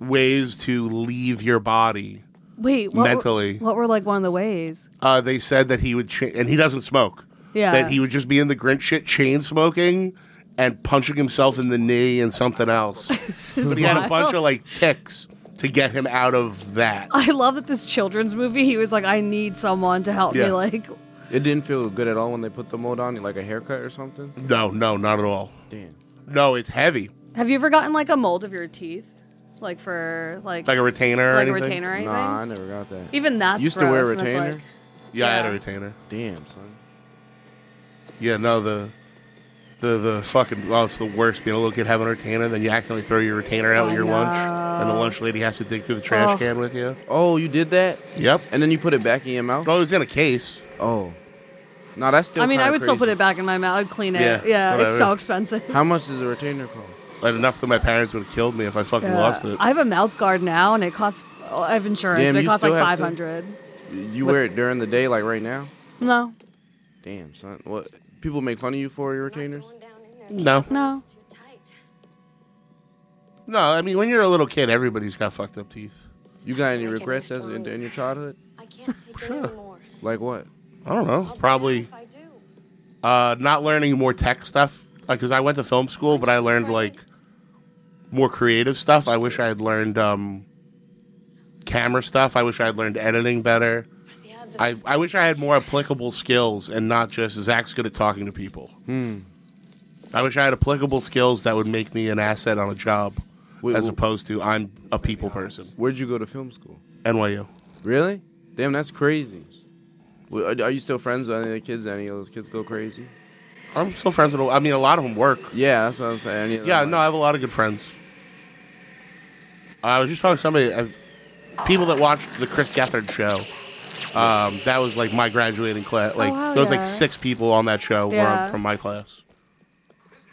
D: ways to leave your body.
E: Wait. What
D: mentally.
E: Were, what were like one of the ways?
D: uh, they said that he would change, and he doesn't smoke.
E: Yeah.
D: That he would just be in the Grinch shit, chain smoking and punching himself in the knee and something else.
E: is
D: but he had a
E: wild.
D: bunch of like ticks to get him out of that.
E: I love that this children's movie. He was like, I need someone to help
D: Yeah.
E: me. Like,
F: It didn't feel good at all when they put the mold on, like a haircut or something.
D: No, no, not at all.
F: Damn.
D: No, it's heavy,
E: have you ever gotten like a mold of your teeth, like for like
D: like a retainer. or
E: like a
D: anything.
E: retainer or anything?
F: Nah, I never got that.
E: Even that's
F: used to wear a
E: gross, and it's
F: retainer.
E: like-
D: Yeah, I had a
E: Yeah.
D: retainer.
F: Damn son.
D: Yeah, no, the the the fucking oh, it's the worst being a little kid having a retainer, then you accidentally throw your retainer out with your lunch, and the lunch lady has to dig through the trash
E: Oh.
D: can with you.
F: Oh, you did that,
D: Yep.
F: and then you put it back in your mouth.
D: Oh, it was in a case.
F: Oh, no, that's still.
E: I mean, I
F: kinda
E: would still put
F: crazy.
E: it back in my mouth. I'd clean it.
D: Yeah,
E: Yeah, it's so
D: whatever.
E: expensive.
F: How much does a retainer cost?
D: Like enough that my parents would have killed me if I fucking
E: Yeah.
D: lost it.
E: I have a mouth guard now, and it costs. oh, I have insurance,
F: Damn,
E: but it
F: you
E: costs like
F: still have
E: five
F: to-
E: hundred.
F: You
E: What-
F: wear it during the day, like right now.
E: No,
F: Damn son, what? People make fun of you for your retainers.
D: no,
E: no.
D: no. I mean, when you're a little kid, everybody's got fucked up teeth.
F: You got any regrets as in, in your childhood?
J: I can't take it anymore.
F: Like what?
D: I don't know. Probably
J: If I do,
D: uh, not learning more tech stuff because I went to film school, but I learned like more creative stuff. I wish I had learned um, camera stuff. I wish I had learned editing better.
J: the odds of
D: I, I wish I had more applicable skills and not just Zach's good at talking to people.
E: Hmm.
D: I wish I had applicable skills that would make me an asset on a job
F: Wait,
D: as
F: wh-
D: opposed to I'm a people person.
F: Where'd you go to film school?
D: NYU.
F: Really? Damn, that's crazy. Well, Are are you still friends with any of the kids? Any of those kids go crazy?
D: I'm still friends with, a- I mean, a lot of them work.
F: Yeah, that's what I'm saying. Any of them,
D: Yeah,
F: like-
D: no, I have a lot of good friends. I was just talking to somebody, uh, people that watched the Chris Gethard show. Um, that was like my graduating class. Like
E: Oh, wow,
D: there was
E: yeah.
D: like six people on that show were
E: Yeah.
D: from my class.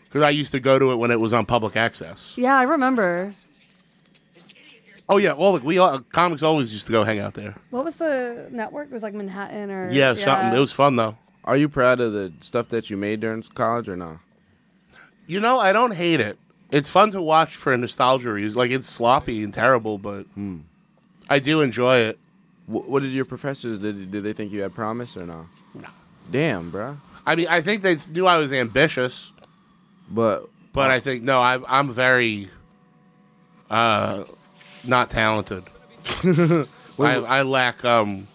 D: Because I used to go to it when it was on public access.
E: Yeah, I remember.
D: Oh yeah, well look, we all, comics always used to go hang out there.
E: What was the network? It was like Manhattan or
D: Yeah, something. It was fun though.
F: Are you proud of the stuff that you made during college or not?
D: You know, I don't hate it. It's fun to watch for nostalgia reasons. Like it's sloppy and terrible, but I do enjoy it.
F: Wh- what did your professors did? Did they think you had promise or not? No. Damn, bruh.
D: I mean, I think they knew I was ambitious.
F: But
D: But I think no, I'm I'm very uh not talented. I, I lack um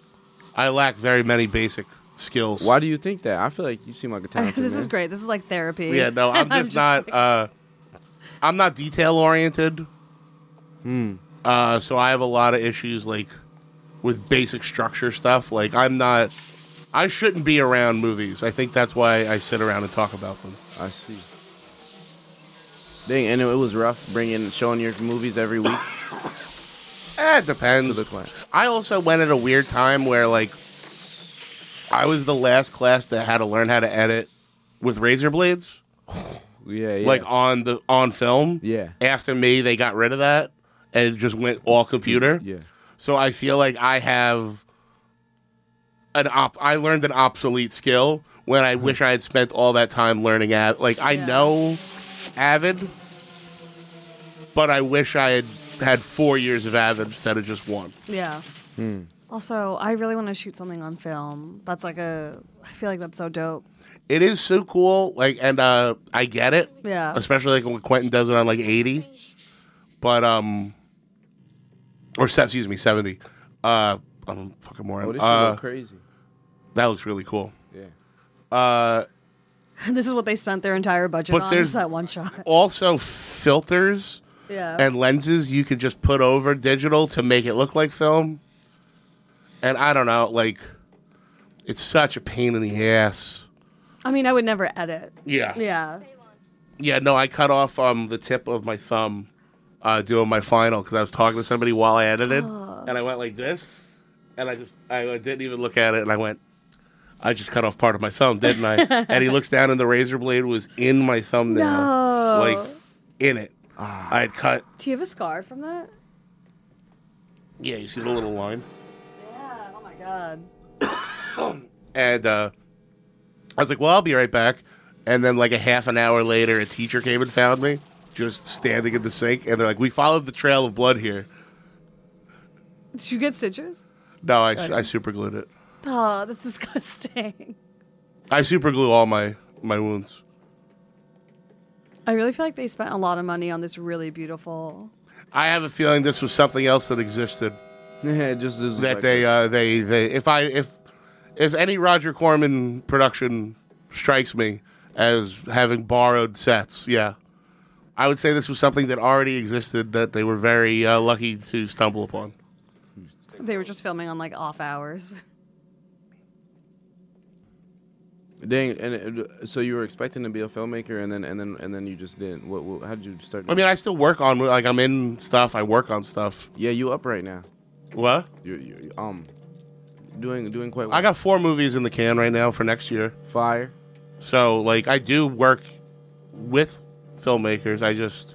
D: I lack very many basic skills.
F: why do you think that? I feel like you seem like a talented
E: this
F: man.
E: is great. This is like therapy.
D: yeah, no, I'm just, not uh I'm not detail oriented. Uh so I have a lot of issues like with basic structure stuff. Like I'm not I shouldn't be around movies. I think that's why I sit around and talk about them.
F: I see. Dang, and it, it was rough bringing showing your movies every week.
D: Eh, it depends.
F: To the class.
D: I also went at a weird time where like I was the last class that had to learn how to edit with razor blades,
F: yeah, yeah.
D: like on the on film.
F: Yeah.
D: After me, they got rid of that and it just went all computer.
F: yeah.
D: So I feel like I have an op. I learned an obsolete skill when I wish I had spent all that time learning Avid. Like I
E: Yeah.
D: know Avid, but I wish I had had four years of Avid instead of just one.
E: Yeah.
D: Hmm.
E: Also, I really want to shoot something on film. That's like a. I feel like that's so dope.
D: it is so cool. Like, and uh, I get it,
E: Yeah.
D: especially like when Quentin does it on like eighty, but um, or se- excuse me, seventy. Uh, I'm a fucking
F: Oh,
D: moron.
F: this is
D: uh,
F: crazy.
D: that looks really cool.
F: Yeah.
D: Uh,
E: this is what they spent their entire budget
D: But
E: on.
D: there's-
E: Just that one shot.
D: also, filters
E: Yeah.
D: and lenses you could just put over digital to make it look like film. And I don't know, like, it's such a pain in the ass.
E: I mean, I would never edit.
D: Yeah.
E: Yeah.
D: Yeah, no, I cut off um the tip of my thumb uh, doing my final because I was talking to somebody while I edited, and I went like this, and I just I I didn't even look at it, and I went, I just cut off part of my thumb, didn't I? and he looks down, and the razor blade was in my thumbnail,
E: No.
D: like in it. I had cut.
E: Do you have a scar from that?
D: Yeah, you see the little line,
E: Yeah. Oh my god.
D: and uh, I was like, well, I'll be right back. And then like a half an hour later, a teacher came and found me just standing in the sink, and they're like, we followed the trail of blood here.
E: Did you get stitches?
D: No, I, I super glued it.
E: Oh, that's disgusting.
D: I super glue all my my wounds.
E: I really feel like they spent a lot of money on this really beautiful.
D: I have a feeling this was something else that existed.
F: Yeah, just is
D: that they uh, they they if I if if any Roger Corman production strikes me as having borrowed sets, yeah, I would say this was something that already existed that they were very uh, lucky to stumble upon.
E: They were just filming on like off hours.
D: uh,
F: Dang, and it, so you were expecting to be a filmmaker, and then and then and then you just didn't. What? what how did you start?
D: I mean, I still work on like I'm in stuff. I work on stuff.
F: Yeah, you up right now?
D: What?
F: You, you um, doing doing quite well.
D: I got four movies in the can right now for next year.
F: Fire.
D: So like I do work with filmmakers. I just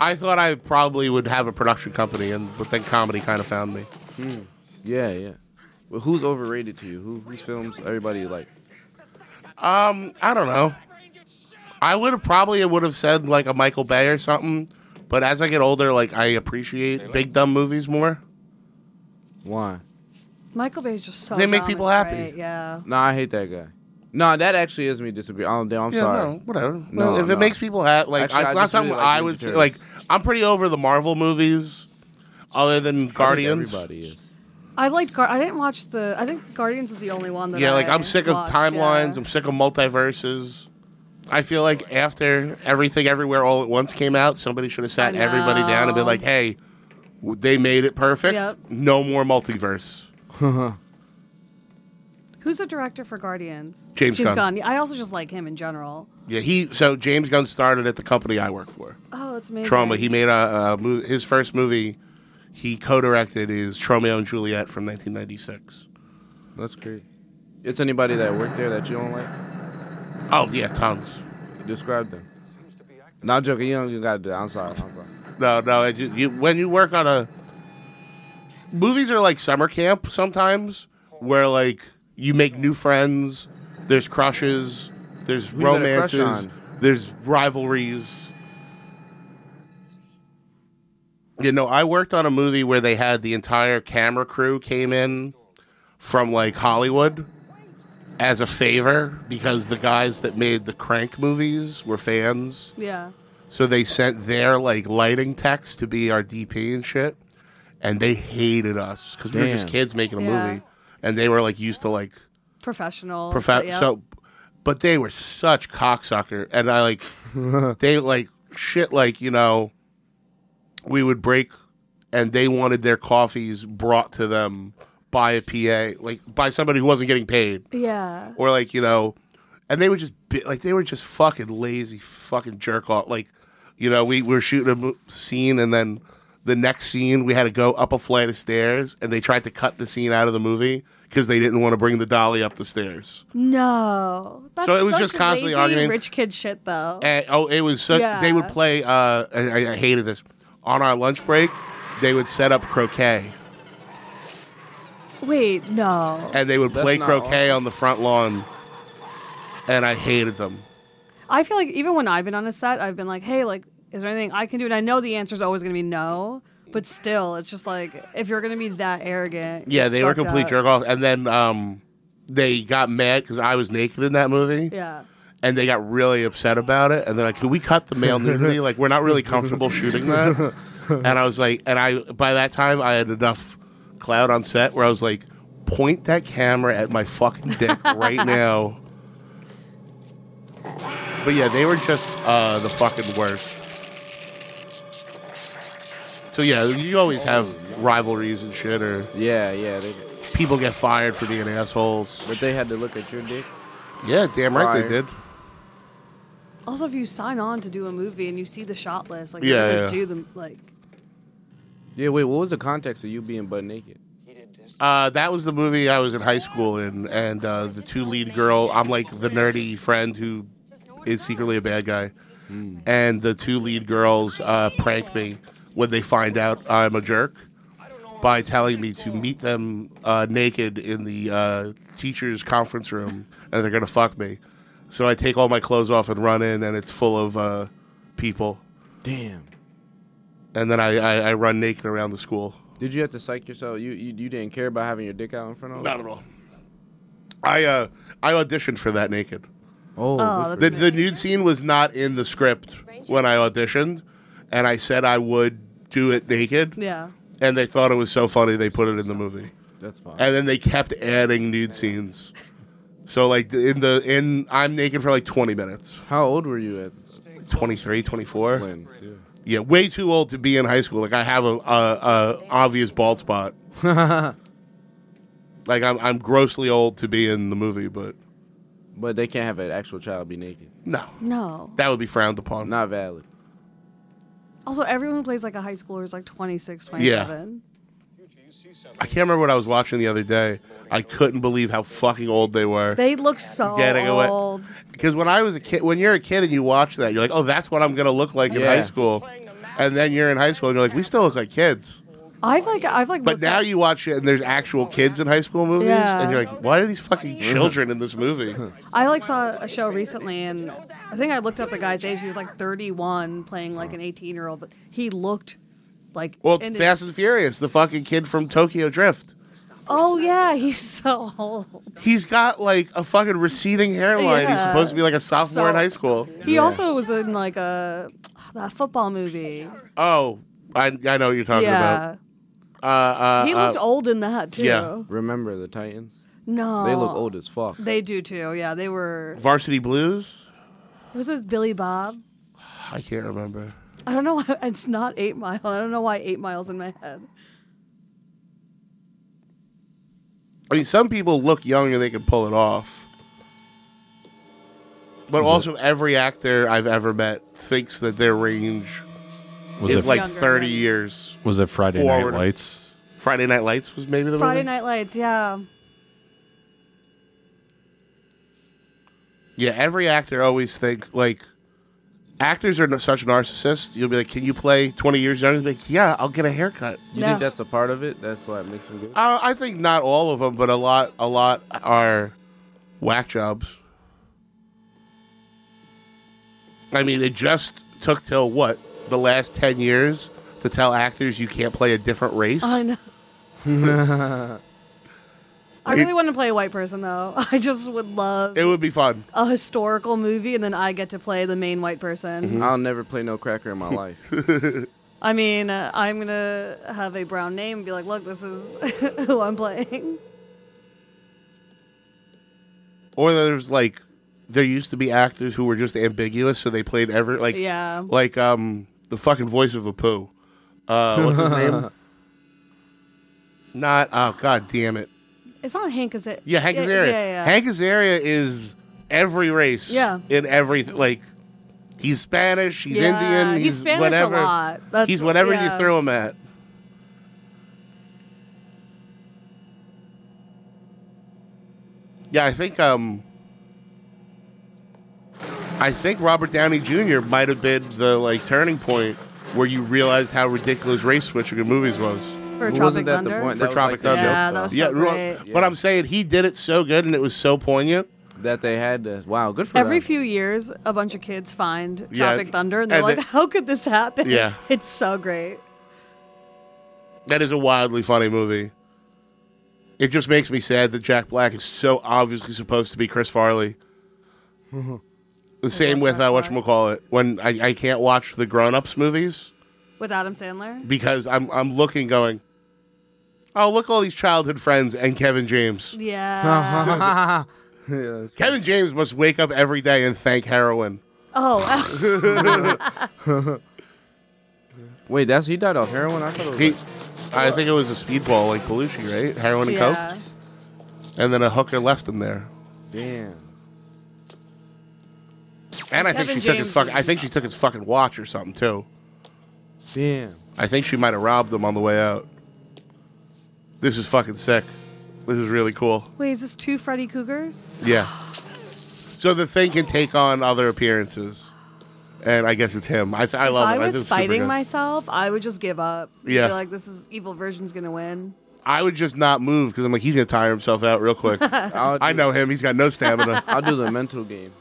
D: I thought I probably would have a production company, and but then comedy kind of found me.
F: Hmm. Yeah, yeah. Well, who's overrated to you? Who whose films everybody you like?
D: Um, I don't know. I would have probably would have said like a Michael Bay or something, but as I get older, like I appreciate big dumb movies more.
F: Why?
E: Michael Bay's just so.
D: They make
E: dumb,
D: people
E: it's
D: happy.
E: great, Yeah.
F: No, I hate that guy. No, that actually is me disagree. I'm, I'm
D: yeah,
F: sorry.
D: no, whatever.
F: No,
D: if
F: no.
D: it makes people happy, like
F: Actually,
D: it's
F: I
D: not
F: just really
D: something I
F: like Ninja
D: would say.
F: Turtles.
D: Like I'm pretty over the Marvel movies, other than Guardians.
F: Everybody is.
E: I liked. Gar- I didn't watch the. I think Guardians was the only one that.
D: yeah, like
E: I
D: I'm sick of
E: watched,
D: timelines.
E: yeah.
D: I'm sick of multiverses. I feel like after everything, everywhere, all at once came out, somebody should have sat
E: I
D: everybody down and been
E: know.
D: like, "Hey, w- they made it perfect.
E: Yep.
D: No more multiverse."
E: Who's the director for Guardians?
D: James Gunn.
E: Yeah, I also just like him in general.
D: Yeah, he. So James Gunn started at the company I work for.
E: Oh, it's amazing.
D: Trauma. He made a, a mo- his first movie. He co-directed is Romeo and Juliet from 1996.
F: That's great. It's anybody that worked there that you don't like.
D: Oh yeah, tons.
F: Describe them. Not joking. You don't. You gotta do. It. I'm sorry. I'm sorry.
D: No, no. It, ju- you, when you work on a movies are like summer camp sometimes, where like you make new friends. There's crushes. There's
F: Who you got a crush
D: romances.
F: on?
D: There's rivalries. You know, I worked on a movie where they had the entire camera crew came in from like Hollywood as a favor because the guys that made the Crank movies were fans.
E: Yeah.
D: So they sent their like lighting techs to be our DP and shit, and they hated us because we were just
F: Damn.
D: kids making a
E: Yeah.
D: movie, and they were like used to like
E: Professional.
D: prof-
E: yeah.
D: so, but they were such cocksucker, and I like they like shit like you know, we would break, and they wanted their coffees brought to them by a PA, like by somebody who wasn't getting paid
E: Yeah.
D: or like you know, and they were just bi- like they were just fucking lazy, fucking jerk off. Like, you know, we were shooting a mo- scene, and then the next scene we had to go up a flight of stairs, and they tried to cut the scene out of the movie because they didn't want to bring the dolly up the stairs.
E: No. That's
D: So it was
E: such
D: just constantly
E: lazy
D: arguing.
E: Rich kid shit though.
D: And oh, it was so
E: Yeah.
D: they would play. Uh, I, I- I hated this. On our lunch break, they would set up croquet,
E: Wait, no.
D: and they would
F: That's
D: play
F: not
D: croquet on the front lawn, and I hated them.
E: I feel like even when I've been on a set, I've been like, hey, like, is there anything I can do? And I know the answer is always going to be no, but still, it's just like if you're going to be that arrogant.
D: Yeah,
E: you're
D: they were
E: stuck
D: complete
E: up.
D: jerk offs. And then um, they got mad because I was naked in that movie,
E: Yeah.
D: and they got really upset about it. And they're like, "Can we cut the male nudity? like, we're not really comfortable shooting that." And I was like, and I by that time I had enough cloud on set where I was like, "Point that camera at my fucking dick right now." But yeah, they were just uh, the fucking worst. So yeah, you always have rivalries and shit, or
F: Yeah, yeah. They,
D: people get fired for being assholes.
F: but they had to look at your dick.
D: Yeah, damn right they
F: Fired.
D: did.
E: Also, if you sign on to do a movie and you see the shot list, like,
D: Yeah,
E: yeah,
D: yeah.
E: do them, like,
F: Yeah. Wait. What was the context of you being butt naked?
D: Uh, that was the movie I was in high school in, and uh, the two lead girl. I'm like the nerdy friend who is secretly a bad guy, and the two lead girls uh, prank me when they find out I'm a jerk by telling me to meet them uh, naked in the uh, teacher's conference room, and they're gonna fuck me. So I take all my clothes off and run in, and it's full of uh, people.
F: Damn.
D: And then I, I, I run naked around the school.
F: Did you have to psych yourself? You you, you didn't care about having your dick out in front of. them?
D: Not at all. I uh I auditioned for that naked.
F: Oh,
E: Oh,
D: the, the nude scene was not in the script when I auditioned, and I said I would do it naked.
E: Yeah.
D: And they thought it was so funny they put it in the movie.
F: That's fine.
D: And then they kept adding nude scenes. So like in the in I'm naked for like 20 minutes.
F: How old were you at?
D: 23, 24.
F: When?
D: Yeah, way too old to be in high school. Like I have a, a, a obvious bald spot. like I'm I'm grossly old to be in the movie, but
F: But they can't have an actual child be naked.
D: no,
E: No.
D: that would be frowned upon.
F: Not valid.
E: Also, everyone who plays like a high schooler is like 26,
D: Yeah.
E: 27.
D: I can't remember what I was watching the other day. I couldn't believe how fucking old they were.
E: They look so
D: Getting away.
E: old.
D: Because when I was a kid, when you're a kid and you watch that, you're like, oh, that's what I'm gonna look like in
F: Yeah.
D: high school. And then you're in high school and you're like, we still look like kids.
E: I've like I've like
D: But
E: looked
D: now
E: up-
D: you watch it and there's actual kids in high school movies,
E: Yeah.
D: and you're like, why are these fucking children in this movie?
E: I like saw a show recently, and I think I looked up the guy's age. He was like 31, playing like an 18 year old, but he looked like
D: Well,
E: in his-
D: Fast and Furious, the fucking kid from Tokyo Drift.
E: oh yeah, he's so old.
D: He's got like a fucking receding hairline. He's
E: Yeah.
D: supposed to be like a sophomore
E: So-
D: in high school.
E: He also was in like a that football movie.
D: Oh, I, I know what you're talking
E: yeah,
D: about. Uh, uh,
E: he
D: uh,
E: looked old in that too.
D: yeah.
F: Remember the Titans?
E: No,
F: They look old as fuck.
E: They do too. Yeah, they were.
D: Varsity Blues?
E: Was it Billy Bob?
D: I can't remember.
E: I don't know why it's not Eight Mile. I don't know why Eight Miles in my head.
D: I mean, some people look young and they can pull it off. But also, every actor I've ever met thinks that their range
I: Was
D: is
I: it
D: like
E: Younger,
D: 30
E: right.
D: years.
I: was it Friday
D: forward.
I: Night Lights?
D: Friday Night Lights was maybe the
E: Friday
D: movie?
E: Night Lights. Yeah,
D: Yeah, every actor always think like actors are n- such narcissists. You'll be like, "Can you play 20 years younger?" They'll be like, "Yeah, I'll get a haircut."
F: You
E: No.
F: think that's a part of it? That's what makes them good.
D: Uh, I think not all of them, but a lot, a lot are whack jobs. I mean, it just took till what the last 10 years to tell actors you can't play a different race.
E: I know. I really want to play a white person though. I just would love
D: It would be fun.
E: a historical movie, and then I get to play the main white person.
F: I'll never play no cracker in my life.
E: I mean, uh, I'm gonna have a brown name and be like, "Look, this is who I'm playing."
D: Or there's like, there used to be actors who were just ambiguous, so they played every like,
E: Yeah.
D: like um the fucking voice of a poo. Uh, what's his name? Not oh god damn it!
E: It's not Hank, is it?
D: Yeah, Hank
E: yeah,
D: Azaria.
E: Yeah, yeah.
D: Hank Azaria is every race.
E: Yeah.
D: in every like, he's Spanish. He's
E: Yeah,
D: Indian.
E: he's
D: He's,
E: Spanish a
D: whatever.
E: lot. That's-
D: he's whatever
E: yeah.
D: you throw him at. Yeah, I think um, I think Robert Downey Jr. might have been the like turning point where you realized how ridiculous race switching in movies was.
E: for Tropic
F: Wasn't that
E: Thunder.
F: the point?
D: For
F: That was
D: Tropic
F: like the
D: Thunder.
E: Yeah,
F: joke,
E: that was
F: though.
D: Yeah,
E: so
D: ro-
E: great.
D: but I'm saying he did it so good and it was so poignant.
F: that they had to. Wow, good for
E: Every
F: them.
E: few years, a bunch of kids find Tropic
D: Yeah,
E: Thunder, and they're
D: and
E: like,
D: they-
E: "How could this happen?"
D: Yeah.
E: it's so great.
D: That is a wildly funny movie. It just makes me sad that Jack Black is so obviously supposed to be Chris Farley. the same with uh, whatchamacallit. When I, I can't watch the grown ups movies
E: With Adam Sandler,
D: because I'm I'm looking going, Oh, look all these childhood friends and Kevin James. Uh-huh.
E: yeah.
F: yeah, that's
D: Kevin James must wake up every day and thank heroin.
E: oh,
F: Wait, that's he died off heroin. I thought it was.
D: He, I think it was a speedball like Belushi, right? Heroin and
E: yeah.
D: coke, and then a hooker left him there.
F: damn.
D: And I think
E: Kevin
D: she took his
E: James.
D: fucking. I think she took his fucking watch or something too.
F: Damn.
D: I think she might have robbed him on the way out. This is fucking sick. This is really cool.
E: Wait, is this two Freddy Cougars?
D: Yeah. So the thing can take on other appearances, and I guess it's him. I, th- I
E: If
D: love
E: I
D: it.
E: was
D: think it's super
E: fighting
D: good.
E: myself, I would just give up.
D: Yeah.
E: I'd be like this is evil version's gonna win.
D: I would just not move because I'm like he's gonna tire himself out real quick.
F: I'll do,
D: I know him. He's got no stamina.
F: I'll do the mental game.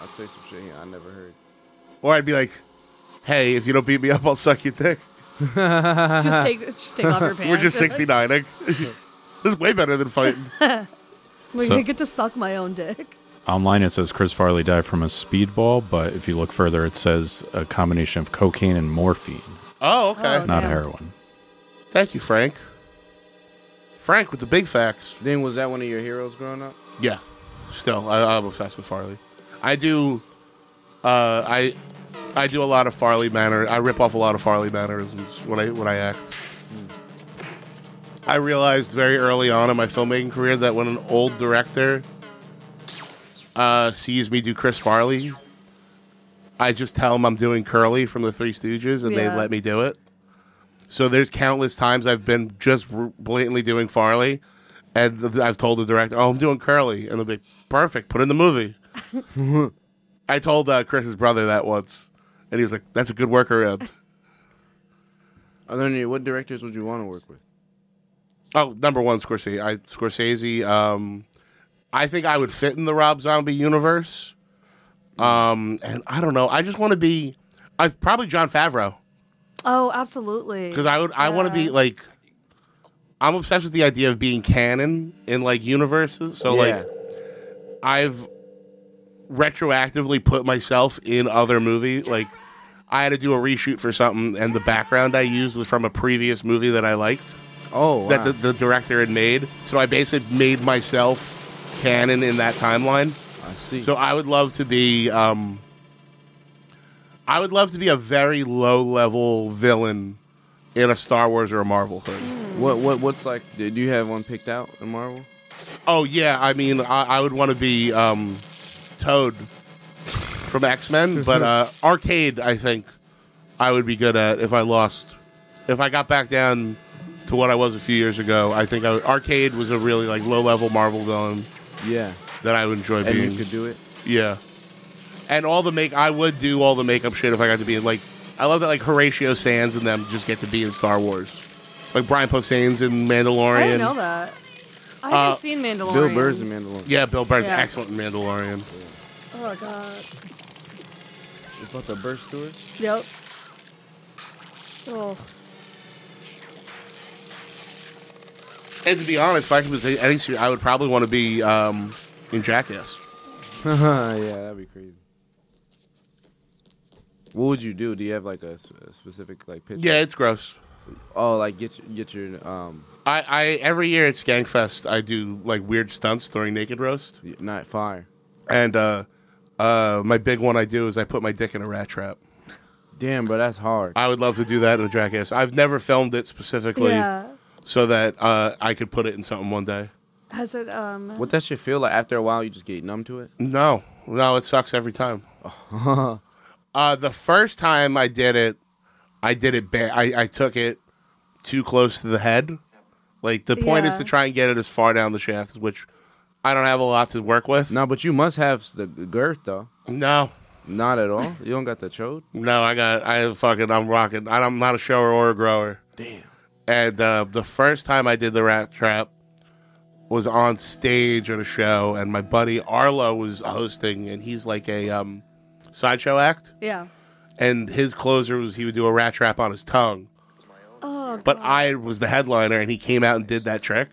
F: I'll say some shit here I never heard.
D: or I'd be like, "Hey, if you don't beat me up, I'll suck your dick." Uh-huh.
E: Just take, just take off your pants.
D: We're just 69ing. this is way better than fighting.
E: Like,
I: So-
E: I get to suck my own dick.
I: Online, it says Chris Farley died from a speedball, but if you look further, it says a combination of cocaine and morphine,
D: Oh, okay.
I: not heroin.
D: Thank you, Frank. Frank with the big facts.
F: Then was that one of your heroes growing up?
D: Yeah. Still, I, I'm obsessed with Farley. I do. Uh, I I do a lot of Farley manner. I rip off a lot of Farley mannerisms when I when I act. I realized very early on in my filmmaking career that when an old director uh, sees me do Chris Farley, I just tell them I'm doing Curly from the Three Stooges, and they
K: Yeah.
D: let me do it. So there's countless times I've been just r- blatantly doing Farley, and th- I've told the director, "Oh, I'm doing Curly," and they'll be perfect. Put it in the movie. I told uh, Chris's brother that once, and he was like, "That's a good workaround."
F: Other than you, what directors would you want to work with?
D: Oh, number one, Scorsese. I, Scorsese. Um, I think I would fit in the Rob Zombie universe. Um, and I don't know. I just want to be, I probably John Favreau
E: Oh, absolutely.
D: because I would. I want to be like. I'm obsessed with the idea of being canon in like universes. So
F: Yeah.
D: like, I've retroactively put myself in other movie. Like, I had to do a reshoot for something, and the background I used was from a previous movie that I liked.
F: Oh,
D: that
F: wow.
D: the, the director had made. So I basically made myself canon in that timeline.
F: I see.
D: So I would love to be. Um, I would love to be a very low level villain in a Star Wars or a Marvel thing.
F: What what what's like? Do do you have one picked out in Marvel?
D: Oh yeah, I mean, I, I would want to be um, Toad from X Men, but uh, Arcade. I think I would be good at if I lost, if I got back down to what I was a few years ago. I think I would, Arcade was a really like low level Marvel villain
F: Yeah,
D: that I would enjoy
F: and
D: being.
F: you could do it.
D: Yeah. And all the make I would do all the makeup shit if I got to be in like I love that like Horatio Sands and them just get to be in Star Wars. Like Brian Posehn's in Mandalorian.
E: I didn't know that. I haven't
D: Uh,
E: seen Mandalorian.
F: Bill Burr's in Mandalorian.
D: Yeah, Bill Burr's
E: Yeah.
D: excellent in Mandalorian.
E: Oh god.
F: It's about to burst through it.
E: Yep. Oh.
D: And to be honest, if I could be any series, I would probably want to be um, in Jackass.
F: yeah, that'd be crazy. What would you do? Do you have like a, s- a specific like picture?
D: Yeah, it's gross.
F: Oh, like get your, get your um
D: I, I every year at Skankfest I do like weird stunts during Naked Roast.
F: night fire.
D: And uh, uh, my big one I do is I put my dick in a rat trap.
F: Damn, bro, that's hard.
D: I would love to do that in a Jackass. I've never filmed it specifically
E: Yeah.
D: so that uh, I could put it in something one day.
E: Has it um
F: What that shit feel like? After a while, you just get numb to it.
D: No, no, it sucks every time. uh, the first time I did it, I did it bad. I, I took it too close to the head. Like the point is
E: Yeah.
D: to try and get it as far down the shaft, which I don't have a lot to work with.
F: No, but you must have s- the girth though.
D: No,
F: Not at all. You don't got the chode.
D: no, I got, I fucking, I'm rocking. I- I'm not a shower or a grower.
F: Damn.
D: And uh, the first time I did the Rat Trap was on stage at a show, and my buddy Arlo was hosting, and he's like a um, sideshow act.
E: yeah.
D: And his closer was he would do a rat trap on his tongue.
E: Oh
D: But I was the headliner, and he came out and did that trick.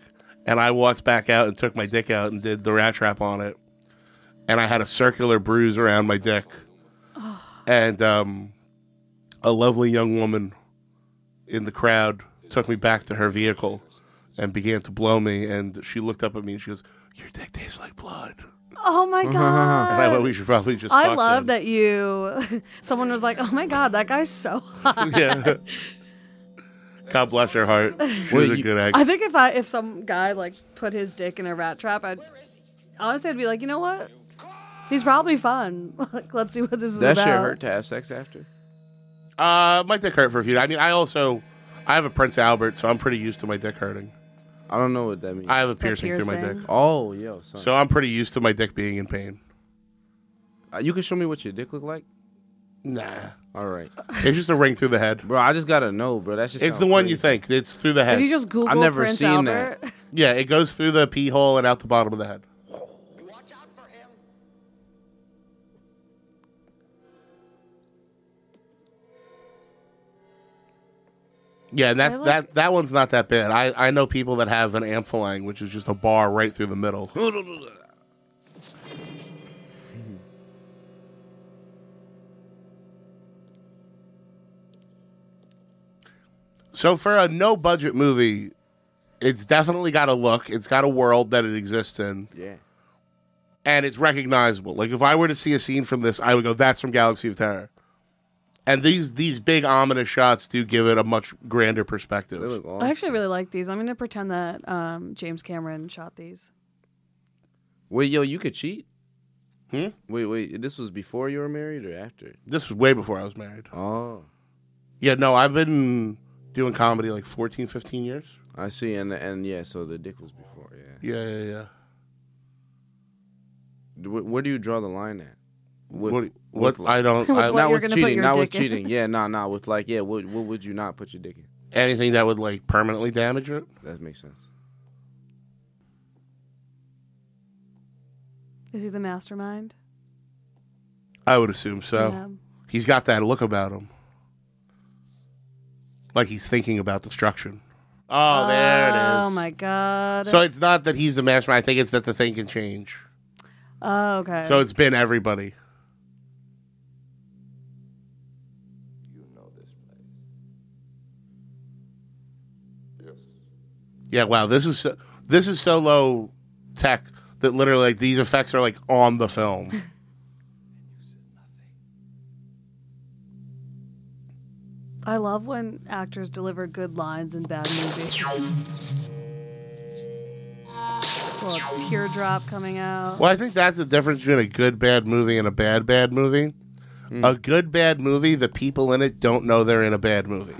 D: And I walked back out and took my dick out and did the rat trap on it. And I had a circular bruise around my dick.
E: Oh.
D: And um, a lovely young woman in the crowd took me back to her vehicle and began to blow me. And she looked up at me and she goes, Your dick tastes like blood.
E: Oh my god.
D: And I went, We should probably just.
E: I
D: fuck
E: love
D: then."
E: that you someone was like, "Oh my god, that guy's so hot."
D: yeah. God bless her heart. She was
F: Wait,
D: a
F: you-
D: good actor.
E: I think if I if some guy like put his dick in a rat trap, I'd honestly I'd be like, "You know what? He's probably fun. like, let's see what this is
F: That
E: about."
F: shit hurt to have sex after.
D: Uh, my dick hurt for a few. I mean, I also, I have a Prince Albert, so I'm pretty used to my dick hurting.
F: I don't know what that means.
D: I have a
E: It's a
D: piercing, through my dick,
E: piercing.
F: oh, yo, son.
D: so I'm pretty used to my dick being in pain.
F: Uh, you can show me what your dick look like.
D: Nah,
F: All right,
D: it's just a ring through the head.
F: bro. I just gotta know, bro. That's just
D: It's the one you think. It's through the
E: If
D: head.
E: you just Google
F: never
E: Prince
F: seen
E: Albert,
D: yeah, it goes through the pee hole and out the bottom of the head. Yeah, and that's
E: I like-
D: that. That one's not that bad. I I know people that have an amphalang, which is just a bar right through the middle. So for a no budget movie, it's definitely got a look. It's got a world that it exists in,
F: Yeah.
D: and it's recognizable. Like if I were to see a scene from this, I would go, "That's from Galaxy of Terror." And these these big ominous shots do give it a much grander perspective.
F: They look awesome.
E: I actually really like these. I'm gonna pretend that um, James Cameron shot these.
F: Wait, yo, you could cheat?
D: Hmm?
F: Wait, wait. This was before you were married or after?
D: This was way before I was married.
F: Oh,
D: Yeah, no, I've been doing comedy like 14, 15 years.
F: I see. And and yeah, so the dick was before. Yeah.
D: Yeah, yeah, yeah.
F: D- Where, where do you draw the line at? With,
D: What- what- I don't-
E: With I- what
F: not
E: you're
F: with
E: gonna put
F: cheating.
E: your
F: not with
E: dick in.
F: cheating. Yeah, nah, nah. With like, yeah, what, what would you not put your dick in?
D: Anything that would like permanently damage it.
F: That makes sense.
E: Is he the mastermind?
D: I would assume so. He's got that look about him. Like he's thinking about destruction. Oh, there it is.
E: Oh my god.
D: So it's not that he's the mastermind. I think it's that the thing can change.
E: oh, okay.
D: So it's been everybody.
G: Yes.
D: Yeah, wow. This is so, this is so low tech that literally like these effects are like on the film.
E: I love when actors deliver good lines in bad movies. Little teardrop coming out.
D: Well, I think that's the difference between a good bad movie and a bad bad movie. A good bad movie, the people in it don't know they're in a bad movie.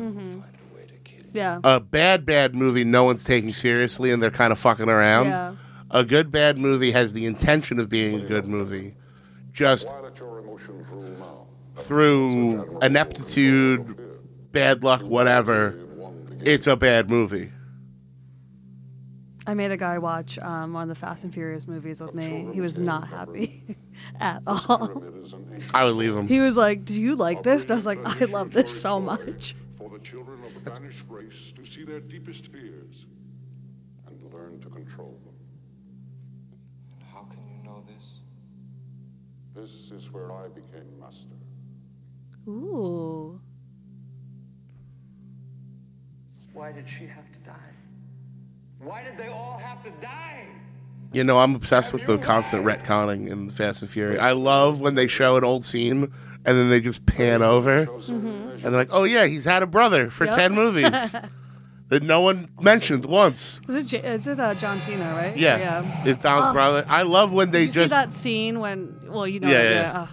E: Yeah.
D: A bad bad movie, no one's taking seriously and they're kind of fucking around.
E: Yeah.
D: A good bad movie has the intention of being a good movie, just through ineptitude, bad luck, whatever. It's a bad movie.
E: I made a guy watch um, one of the Fast and Furious movies with me. He was not happy at all.
D: I would leave him.
E: He was like, "Do you like this?" And I was like, "I love this so much."
G: For the children of the banished race to see their deepest fears and learn to control them.
H: And how can you know this?
G: This is where I became master.
E: Ooh.
H: Why did she have to die? Why did they all have to die?
D: You know, I'm obsessed with the constant retconning in Fast and Furious. I love when they show an old scene and then they just pan over and they're like, "Oh yeah, he's had a brother for
E: Yep.
D: ten movies that no one mentioned once."
E: Is it J- is it uh, John Cena, right?
D: Yeah,
E: Yeah.
D: it's Dom's
E: Oh.
D: brother. I love when they
E: Did you
D: just
E: see that scene when? Well, you know. uh,
D: Yeah,
E: Yeah.
D: yeah.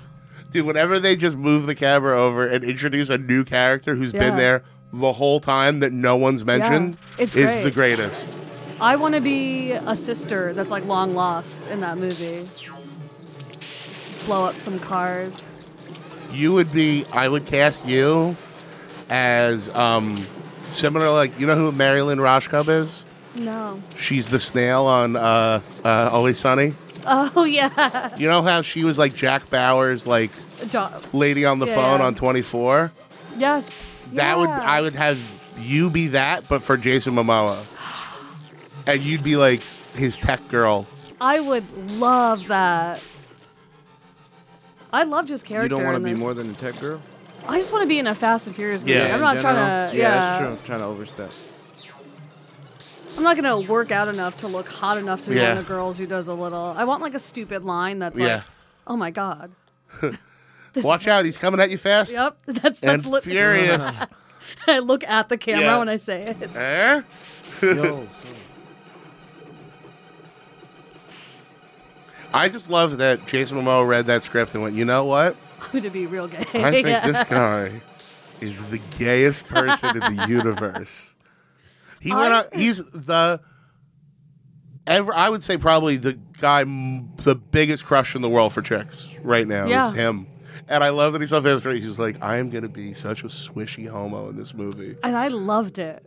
D: Dude, whenever they just move the camera over and introduce a new character who's
E: Yeah.
D: been there the whole time that no one's mentioned
E: Yeah. It's
D: is
E: great.
D: the greatest.
E: ugh. I want to be a sister that's like long lost in that movie. Blow up some cars.
D: You would be I would cast you as um similar like you know who Marilyn Roshkov is?
E: No.
D: She's the snail on uh, uh Always Sunny.
E: Oh yeah.
D: You know how she was like Jack Bauer's like
E: Jo-
D: lady on the
E: Yeah,
D: phone
E: yeah.
D: on 24?
E: yes.
D: That would
E: Yeah.
D: I would have you be that but for Jason Momoa. And you'd be like his tech girl.
E: I would love that. I loved his character.
F: You don't
E: want to
F: be more than a tech girl.
E: I just want to be in a Fast and Furious movie.
D: Yeah,
E: I'm
F: in
E: not
F: general?
E: trying to.
F: Yeah,
E: Yeah,
F: that's true. I'm trying to overstep.
E: I'm not gonna work out enough to look hot enough to be
D: Yeah.
E: one of the girls who does a little. I want like a stupid line that's
D: Yeah.
E: like, "Oh my god." This
D: Watch
E: is-
D: out, he's coming at you fast.
E: Yep, that's
D: And
E: that's lit-
D: furious.
E: I look at the camera
D: Yeah.
E: when I say it.
D: Eh?
F: Yo, so-
D: I just love that Jason Momoa read that script and went, you know what?
E: I'm gonna be real gay.
D: I think
E: Yeah.
D: this guy is the gayest person in the universe. He went
E: I-
D: out, he's the ever I would say probably the guy m- the biggest crush in the world for chicks right now
E: Yeah.
D: is him. And I love that he's on his He's like, I am gonna be such a swishy homo in this movie.
E: and I loved it.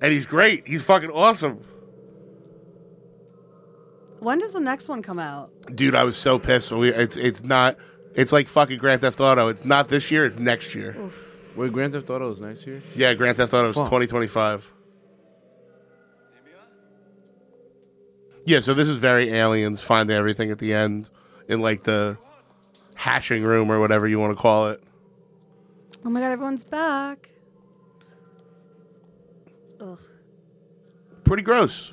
D: And he's great. He's fucking awesome.
E: When does the next one come out?
D: Dude, I was so pissed. when We, it's it's not. It's like fucking Grand Theft Auto. It's not this year. It's next year.
F: Wait, Grand Theft Auto is next year?
D: Yeah, Grand Theft Auto is
F: Fuck.
D: 2025. Yeah, so this is very aliens finding everything at the end in like the hashing room or whatever you want to call it.
E: Oh my god, everyone's back. Ugh.
D: Pretty gross.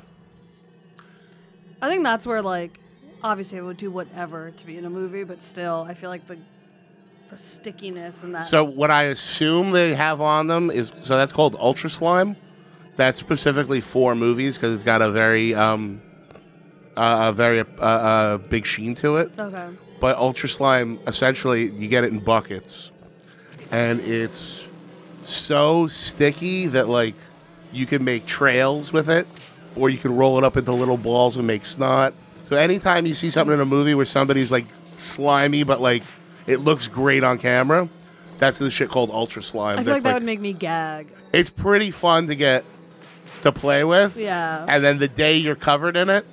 E: I think that's where like obviously I would do whatever to be in a movie, but still I feel like the the stickiness and that
D: So what I assume they have on them is so that's called Ultra Slime. That's specifically for movies because it's got a very um uh, a very uh, uh, big sheen to it.
E: Okay.
D: But Ultra Slime, essentially, you get it in buckets, and it's so sticky that like you can make trails with it, or you can roll it up into little balls and make snot. So anytime you see something in a movie where somebody's like slimy, but like it looks great on camera, that's the shit called Ultra Slime.
E: I feel like
D: that's
E: that would make me gag.
D: it's pretty fun to get to play with.
E: Yeah.
D: And then the day you're covered in it,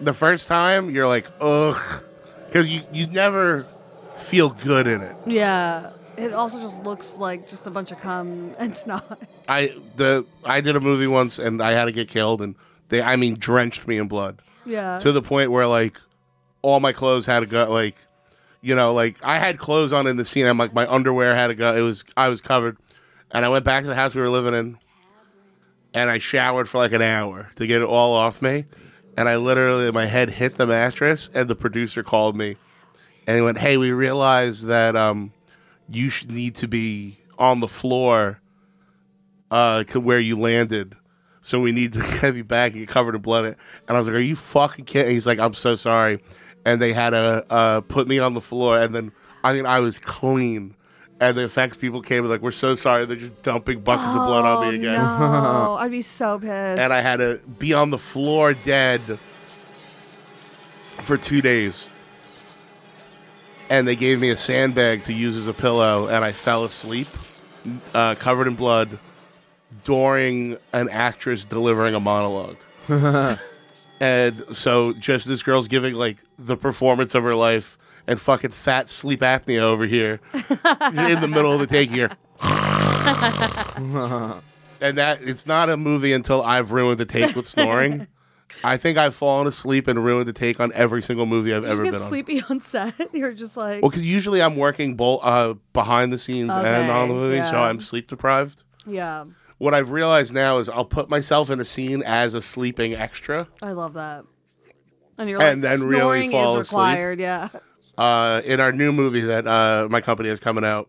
D: the first time you're like, ugh, because you you never feel good in it.
E: Yeah. It also just looks like just a bunch of cum and snot.
D: I the I did a movie once and I had to get killed and they I mean drenched me in blood
E: Yeah.
D: to the point where like all my clothes had to go like you know like I had clothes on in the scene I'm like my underwear had to go it was I was covered and I went back to the house we were living in and I showered for like an hour to get it all off me and I literally my head hit the mattress and the producer called me and he went hey we realized that um you should need to be on the floor uh, to where you landed. So we need to have you back and get covered in blood. And I was like, "Are you fucking kidding?" He's like, "I'm so sorry." And they had to uh, put me on the floor, and then I mean, I was clean. And the effects people came and like, "We're so sorry." They're just dumping buckets of blood on me again.
E: No, Oh, I'd be so pissed.
D: and I had to be on the floor dead for two days. And they gave me a sandbag to use as a pillow, and I fell asleep, uh, covered in blood, during an actress delivering a monologue. and so, just this girl's giving like the performance of her life, and fucking fat sleep apnea over here in the middle of the take here. and that it's not a movie until I've ruined the take with snoring. I think I've fallen asleep and ruined the take on every single movie I've
E: you just
D: ever
E: get
D: been on. Well,
E: sleepy on. set. You're just like,
D: 'cause usually I'm working bo- uh, behind the scenes and on
E: Okay,
D: the movie, so
E: yeah.
D: I'm sleep deprived.
E: yeah,
D: What I've realized now is I'll put myself in a scene as a sleeping extra.
E: I love that. And you're like,
D: And then really
E: snoring
D: fall
E: is
D: asleep.
E: required. Yeah.
D: uh, in our new movie that uh, my company has coming out,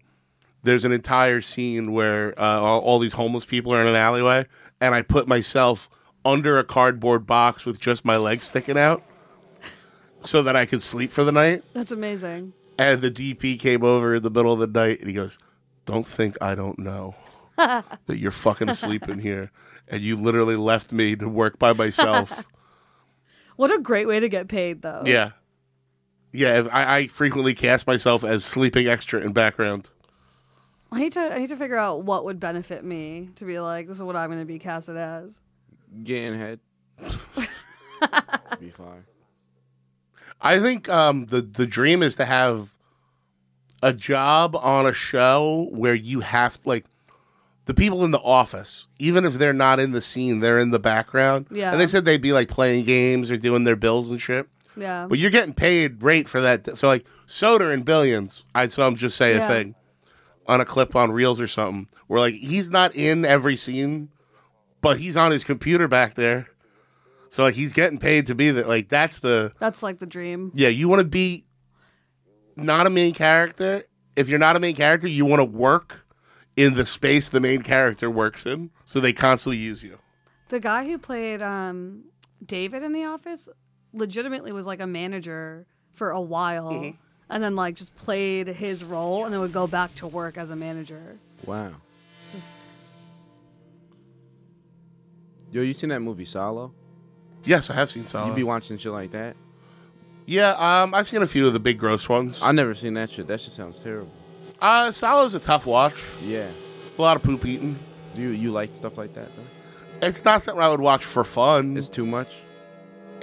D: there's an entire scene where uh, all, all these homeless people are in an alleyway, and I put myself under a cardboard box with just my legs sticking out so that I could sleep for the night.
E: That's amazing.
D: And the DP came over in the middle of the night, and he goes, "Don't think I don't know." that you're fucking asleep in here, and you literally left me to work by myself.
E: What a great way to get paid, though.
D: Yeah. Yeah, if I, I frequently cast myself as sleeping extra in background.
E: I need to. I need to figure out what would benefit me to be like, this is what I'm going to be casted as.
F: Getting head. be fine.
D: I think um, the the dream is to have a job on a show where you have like the people in the office, even if they're not in the scene, they're in the background.
E: Yeah.
D: and they said they'd be like playing games or doing their bills and shit.
E: Yeah.
D: But you're getting paid rate for that. So like Soder and Billions, I saw him just say
E: Yeah.
D: a thing on a clip on Reels or something. Where like he's not in every scene, but he's on his computer back there. So like he's getting paid to be that. Like that's the
E: That's like the dream.
D: yeah. You want to be not a main character. If you're not a main character, you want to work in the space the main character works in. So they constantly use you.
E: The guy who played um, David in The Office legitimately was like a manager for a while,
F: Mhm.
D: Mm-hmm.
E: and then like just played his role, and then would go back to work as a manager.
F: Wow.
E: Just
F: Yo, you seen that movie Solo?
D: Yes, I have seen Solo.
F: You be watching shit like that?
D: Yeah, um, I've seen a few of the big gross ones.
F: I never seen that shit. That shit sounds terrible.
D: Uh, Solo's a tough watch.
F: Yeah.
D: A lot of poop eating.
F: Do you, you like stuff like that though?
D: It's not something I would watch for fun.
F: It's too much.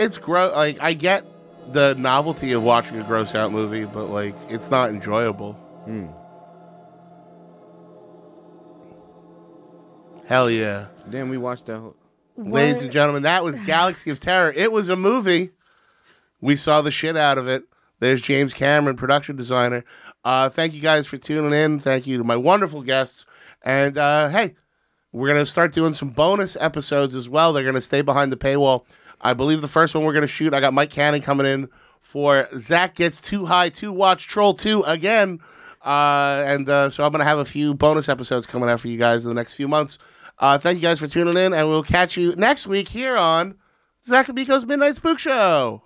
D: It's gross. Like I get the novelty of watching a gross out movie, but like it's not enjoyable.
F: Hmm.
D: Hell yeah.
F: Then we watched that. Whole-
D: Ladies and gentlemen, that was Galaxy of Terror. It was a movie. We saw the shit out of it. There's James Cameron, production designer. Uh, thank you guys for tuning in. Thank you to my wonderful guests. And uh, hey, we're going to start doing some bonus episodes as well. They're going to stay behind the paywall. I believe the first one we're going to shoot, I got Mike Cannon coming in for Zach Gets Too High to Watch Troll 2 again. Uh, and uh, so I'm going to have a few bonus episodes coming out for you guys in the next few months. Uh, thank you guys for tuning in, and we'll catch you next week here on Zach and Miko's Midnight Spook Show.